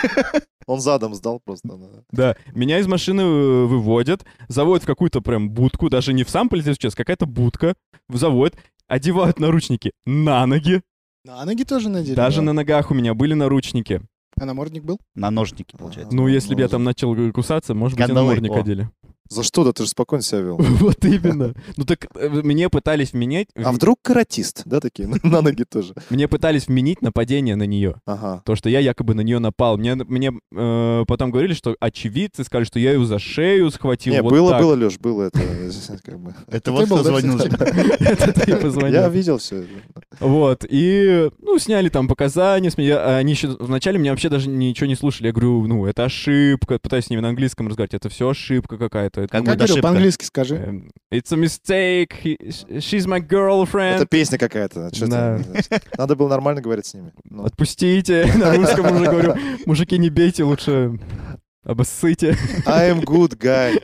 Speaker 3: Он задом сдал просто. да.
Speaker 2: да, меня из машины э, выводят, заводят в какую-то прям будку, даже не в сам полицейский участок, какая-то будка, заводят, одевают наручники на ноги,
Speaker 4: А ноги тоже надели?
Speaker 2: даже на ногах у меня были наручники.
Speaker 4: А намордник был?
Speaker 1: На ножники, получается.
Speaker 2: Ну, если бы я
Speaker 3: Ну,
Speaker 2: там начал кусаться, может быть, и
Speaker 1: Кандалы,
Speaker 2: намордник
Speaker 1: о.
Speaker 2: одели.
Speaker 3: За что? Да ты же спокойно себя вел.
Speaker 2: *laughs* Вот именно. Ну так э, мне пытались вменять,
Speaker 3: А вдруг каратист? Да, такие? На ноги тоже.
Speaker 2: мне пытались вменить нападение на нее.
Speaker 3: Ага.
Speaker 2: То, что я якобы на нее напал. Мне, мне э, потом говорили, что очевидцы сказали, что я ее за шею схватил.
Speaker 3: Не,
Speaker 2: Типа вот
Speaker 3: было,
Speaker 2: так.
Speaker 3: было, Леш, было это. *laughs* э, как бы.
Speaker 1: Это вот
Speaker 4: был,
Speaker 1: кто
Speaker 4: да,
Speaker 1: звонил.
Speaker 2: *laughs*
Speaker 4: *laughs*
Speaker 2: Это ты позвонил.
Speaker 3: Я видел все.
Speaker 2: Вот, и, ну, сняли там показания, с меня- а они еще вначале меня вообще даже ничего не слушали, я говорю, ну, это ошибка, пытаюсь с ними на английском разговаривать, это все ошибка какая-то. Это,
Speaker 1: Как
Speaker 4: Как
Speaker 1: будет
Speaker 4: говорю,
Speaker 1: ошибка?
Speaker 4: по-английски скажи.
Speaker 2: эм, It's a mistake, he- she's my girlfriend.
Speaker 3: Это песня какая-то. чё ты-
Speaker 2: Эм. Да.
Speaker 3: Надо было нормально говорить с ними. Ну,
Speaker 2: Отпустите, *laughs* на русском уже говорю, мужики, не бейте, лучше обоссыте. *laughs*
Speaker 3: I am good guy.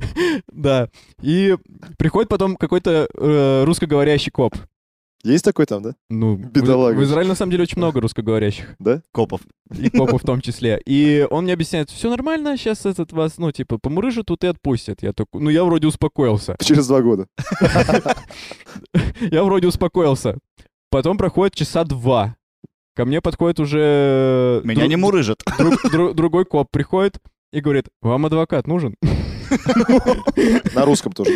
Speaker 2: Да. И приходит потом какой-то э, русскоговорящий коп.
Speaker 3: Есть такой там, да? *laughs*
Speaker 2: Ну, в-
Speaker 3: Бедолага.
Speaker 2: В Израиле на самом деле очень много русскоговорящих,
Speaker 1: Копов.
Speaker 2: и копов в том числе. И он мне объясняет, все нормально, сейчас этот вас, ну, типа, помурыжат, тут и отпустят. Я такой, ну, я вроде успокоился.
Speaker 3: Через два года.
Speaker 2: Я вроде успокоился. Потом проходит часа два. Ко мне подходит уже...
Speaker 1: Меня
Speaker 2: друг-
Speaker 1: не мурыжат.
Speaker 2: друг- друг- Другой коп приходит и говорит, вам адвокат нужен? *laughs*
Speaker 3: На русском тоже,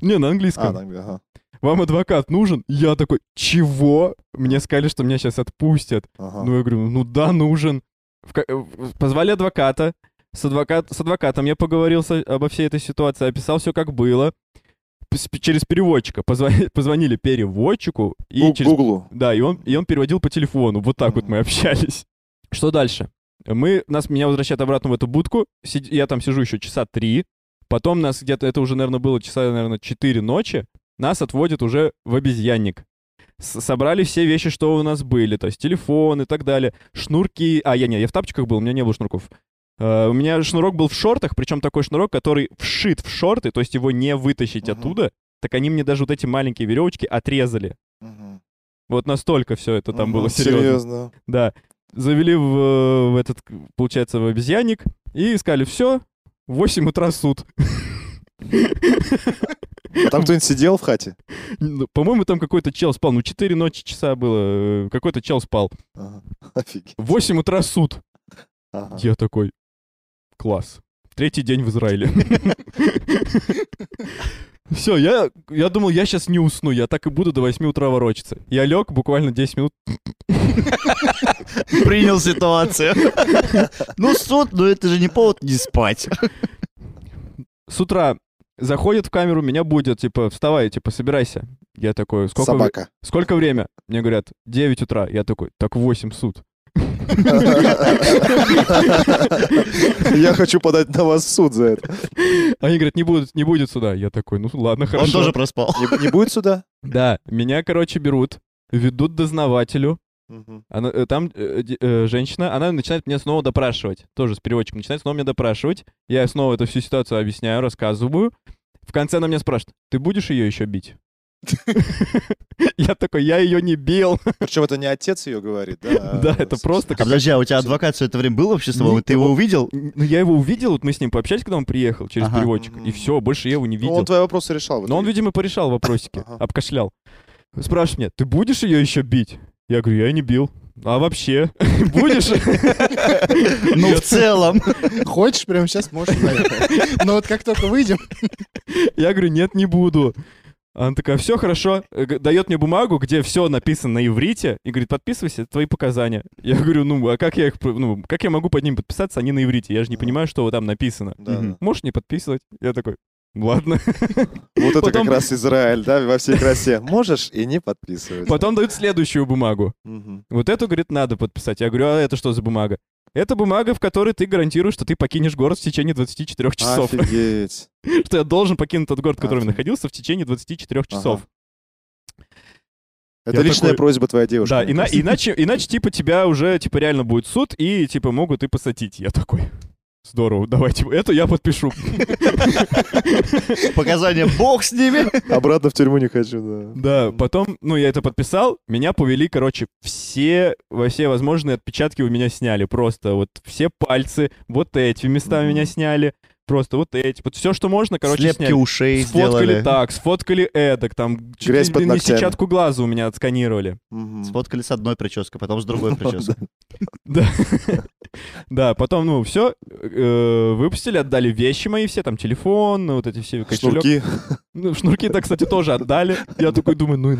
Speaker 2: Не, на
Speaker 3: да? А,
Speaker 2: английском.
Speaker 3: на английском, ага.
Speaker 2: Вам адвокат нужен? Я такой, чего? Мне сказали, что меня сейчас отпустят.
Speaker 3: ага.
Speaker 2: Ну, я говорю, ну да, нужен. В ка- э, в- Позвали адвоката. С, адвокат, с адвокатом я поговорил со- обо всей этой ситуации, описал все, как было. П- с- Через переводчика. Позвонили, *laughs* позвонили переводчику. И
Speaker 3: Гу-
Speaker 2: через-
Speaker 3: Гуглу.
Speaker 2: Да, и он, и он переводил по телефону. Вот так вот мы общались. Что дальше? Мы, нас, меня возвращают обратно в эту будку. Сид- я там сижу еще часа три. Потом нас где-то, это уже, наверное, было часа, наверное, четыре ночи. Нас отводят уже в обезьянник. С- собрали все вещи, что у нас были. То есть телефон и так далее. Шнурки. А, я не, я в тапочках был, у меня не было шнурков. Э, У меня шнурок был в шортах, причем такой шнурок, который вшит в шорты, то есть его не вытащить
Speaker 3: Мгм.
Speaker 2: оттуда. Так они мне даже вот эти маленькие веревочки отрезали.
Speaker 3: Мгм.
Speaker 2: Вот настолько все это там
Speaker 3: Мгм.
Speaker 2: было серьезно. Да. Завели в, э, в этот, к- получается, в обезьянник и искали все. В 8 утра суд.
Speaker 3: А там кто-нибудь сидел в хате?
Speaker 2: Ну, По-моему, там какой-то чел спал. Ну, 4 ночи часа было. э, Какой-то чел спал.
Speaker 3: Ага. *laughs* Офигеть.
Speaker 2: В 8 утра суд.
Speaker 3: Ага.
Speaker 2: Я такой, класс. Третий день в Израиле. Все, я, я думал, я сейчас не усну, я так и буду до 8 утра ворочаться. Я лег буквально 10 минут.
Speaker 1: Принял ситуацию. *laughs* Ну, суд, но это же не повод не спать.
Speaker 2: С утра заходит в камеру, меня будет, типа, вставай, типа, собирайся. Я такой, сколько, вре- *laughs*
Speaker 3: Собака. *laughs*
Speaker 2: сколько время? Мне говорят, 9 утра. Я такой, так 8 суд.
Speaker 3: Я хочу подать на вас в суд за это.
Speaker 2: Они говорят, не будет, не будет суда. Я такой, ну ладно, хорошо.
Speaker 1: Он тоже проспал.
Speaker 3: Не не будет суда?
Speaker 2: Да, меня, короче, берут, ведут дознавателю.
Speaker 3: Мгм.
Speaker 2: Она, э, там э, де- э, женщина, она начинает меня снова допрашивать. Тоже с переводчиком начинает снова меня допрашивать. Я снова эту всю ситуацию объясняю, рассказываю. В конце она меня спрашивает, ты будешь ее еще бить? *laughs* Я такой, я ее не бил.
Speaker 3: Причем это не отец ее говорит, да?
Speaker 2: *laughs* Да, это просто...
Speaker 1: А
Speaker 2: как-
Speaker 1: подожди, а у тебя адвокат все это время был вообще с тобой? Ты его увидел?
Speaker 2: Ну, я его увидел, вот мы с ним пообщались, когда он приехал, через
Speaker 1: Ага.
Speaker 2: переводчика. И
Speaker 3: Мгм.
Speaker 2: все, больше я его не
Speaker 3: Ну, он
Speaker 2: видел.
Speaker 3: твои вопросы решал. в
Speaker 2: Но он,
Speaker 3: итоге.
Speaker 2: видимо, порешал вопросики,
Speaker 3: Ага.
Speaker 2: обкашлял. Спрашивает меня, ты будешь ее еще бить? Я говорю, я не бил. А вообще, *laughs* будешь?
Speaker 1: Ну, в
Speaker 2: *laughs*
Speaker 1: целом.
Speaker 4: Хочешь, прямо сейчас можешь
Speaker 1: *laughs*
Speaker 4: ударить. Но вот как только выйдем,
Speaker 2: Я говорю, нет, не буду. Она такая, все хорошо, Э, г- дает мне бумагу, где все написано на иврите, и говорит, подписывайся, это твои показания. Я говорю, ну, а как я их, п- ну, как я могу под ним подписаться, они на иврите, я же не понимаю, что там написано.
Speaker 3: Да,
Speaker 1: Мгм.
Speaker 3: да.
Speaker 2: Можешь не подписывать? Я такой, ладно. *laughs*
Speaker 3: Вот это
Speaker 2: Потом-
Speaker 3: как раз Израиль, да, во всей красе. Можешь и не подписывать.
Speaker 2: Потом дают следующую бумагу.
Speaker 3: Мгм.
Speaker 2: Вот эту, говорит, надо подписать. Я говорю, а это что за бумага? Это бумага, в которой ты гарантируешь, что ты покинешь город в течение 24 часов.
Speaker 3: А, Офигеть.
Speaker 2: *laughs* что я должен покинуть тот город, в котором я
Speaker 3: Офигеть.
Speaker 2: находился, в течение 24 часов.
Speaker 3: Это
Speaker 2: Я
Speaker 3: личная
Speaker 2: такой-
Speaker 3: просьба твоей девушки.
Speaker 2: Да,
Speaker 3: мне
Speaker 2: ина-
Speaker 3: кажется.
Speaker 2: иначе, иначе, типа, тебя уже, типа, реально будет суд, и, типа, могут и посадить. Я такой, здорово, давайте, эту я подпишу.
Speaker 1: Показания бог с ними.
Speaker 3: *laughs* Обратно в тюрьму не хочу, да.
Speaker 2: Да, потом, ну, я это подписал, меня повели, короче, все, во все возможные отпечатки у меня сняли, просто вот все пальцы, вот эти места у
Speaker 3: Мгм.
Speaker 2: меня сняли, просто вот эти, вот все, что можно, короче,
Speaker 1: Слепки
Speaker 2: сняли.
Speaker 1: ушей
Speaker 2: сфоткали
Speaker 1: сделали.
Speaker 2: так, сфоткали эдак, там чуть
Speaker 3: Грязь
Speaker 2: ли
Speaker 3: под
Speaker 2: не
Speaker 3: ногтями.
Speaker 2: сетчатку глаза у меня отсканировали.
Speaker 3: Мгм.
Speaker 1: Сфоткали с одной прической, потом
Speaker 2: *laughs*
Speaker 1: с другой прической.
Speaker 2: Ну, Да. Да, потом, ну, все, выпустили, отдали вещи мои все, там, телефон, ну, вот эти все кошелек.
Speaker 3: Шнурки.
Speaker 2: Ну, шнурки, так, кстати, тоже отдали. Я такой думаю, ну, и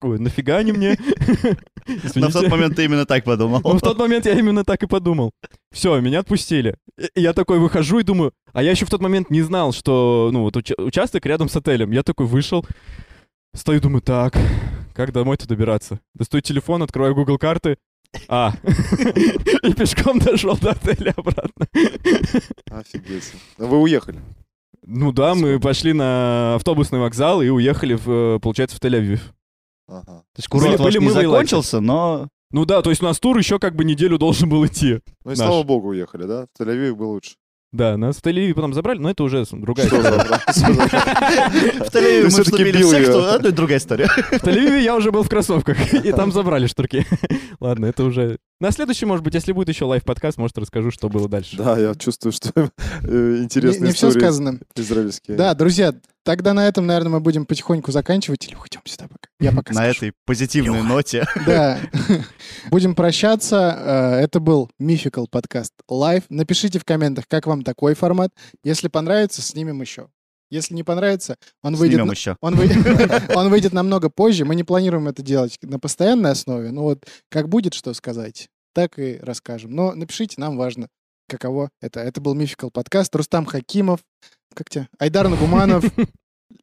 Speaker 2: нахуй, нафига они мне?
Speaker 1: Но в тот
Speaker 2: Извините.
Speaker 1: момент ты именно так подумал.
Speaker 2: Ну, в тот момент я именно так и подумал. Все, меня отпустили. И- и Я такой выхожу и думаю, а я еще в тот момент не знал, что, ну, вот уча- участок рядом с отелем. Я такой вышел, стою, думаю, так, как домой-то добираться? Достаю телефон, открою Google карты, а, *laughs* и пешком дошел до отеля обратно.
Speaker 3: Офигеть. Ну, Вы уехали.
Speaker 2: Ну да, мы пошли на автобусный вокзал и уехали, в, э, получается, в Тель-Авив.
Speaker 3: Ага.
Speaker 1: То есть *laughs* курорт
Speaker 2: были-
Speaker 1: ваш
Speaker 2: были
Speaker 1: не
Speaker 2: мы в Иланте.
Speaker 1: закончился, но...
Speaker 2: Ну да, то есть у нас тур еще как бы неделю должен был идти.
Speaker 3: Ну и
Speaker 2: Наш.
Speaker 3: слава богу уехали, да? В Тель-Авив был лучше.
Speaker 2: Да, нас в Тель-Авиве потом забрали, но это уже с- другая
Speaker 3: Что
Speaker 2: история.
Speaker 3: за-
Speaker 1: В Тель-Авиве
Speaker 3: Ты
Speaker 1: мы
Speaker 3: всё-таки
Speaker 1: вступили
Speaker 3: бил
Speaker 1: в секту,
Speaker 3: её.
Speaker 1: а, ну и другая история.
Speaker 2: В Тель-Авиве я уже был
Speaker 1: *laughs*
Speaker 2: в кроссовках, и там забрали штурки. *laughs* Ладно, это уже... На следующий, может быть, если будет еще лайв-подкаст, может, расскажу, что было дальше.
Speaker 3: *laughs* Да, я чувствую, что э,
Speaker 4: не,
Speaker 3: интересные
Speaker 4: все
Speaker 3: истории
Speaker 4: сказано.
Speaker 3: израильские.
Speaker 4: Да, друзья, тогда на этом, наверное, мы будем потихоньку заканчивать. Или уйдем сюда пока. Я пока
Speaker 1: На
Speaker 4: скажу.
Speaker 1: этой позитивной ноте.
Speaker 4: Да. *laughs* Будем прощаться. Э, Это был Мификал подкаст Live. Напишите в комментах, как вам такой формат. Если понравится, снимем еще. Если не понравится, он выйдет...
Speaker 1: Снимем
Speaker 4: на-
Speaker 1: еще.
Speaker 4: Он, выйдет, *laughs* он выйдет намного позже. Мы не планируем это делать на постоянной основе. Ну вот как будет что сказать, так и расскажем. Но напишите, нам важно, каково это. Это был Мификал подкаст. Рустам Хакимов. Как тебя? Айдар Нагуманов.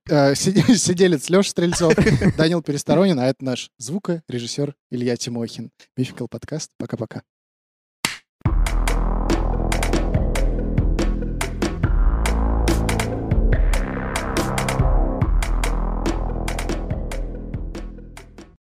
Speaker 4: э, си- *laughs* Сиделец Леша Стрельцов. Данил Пересторонин. А это наш звукорежиссер Илья Тимохин. Мификал подкаст. Пока-пока.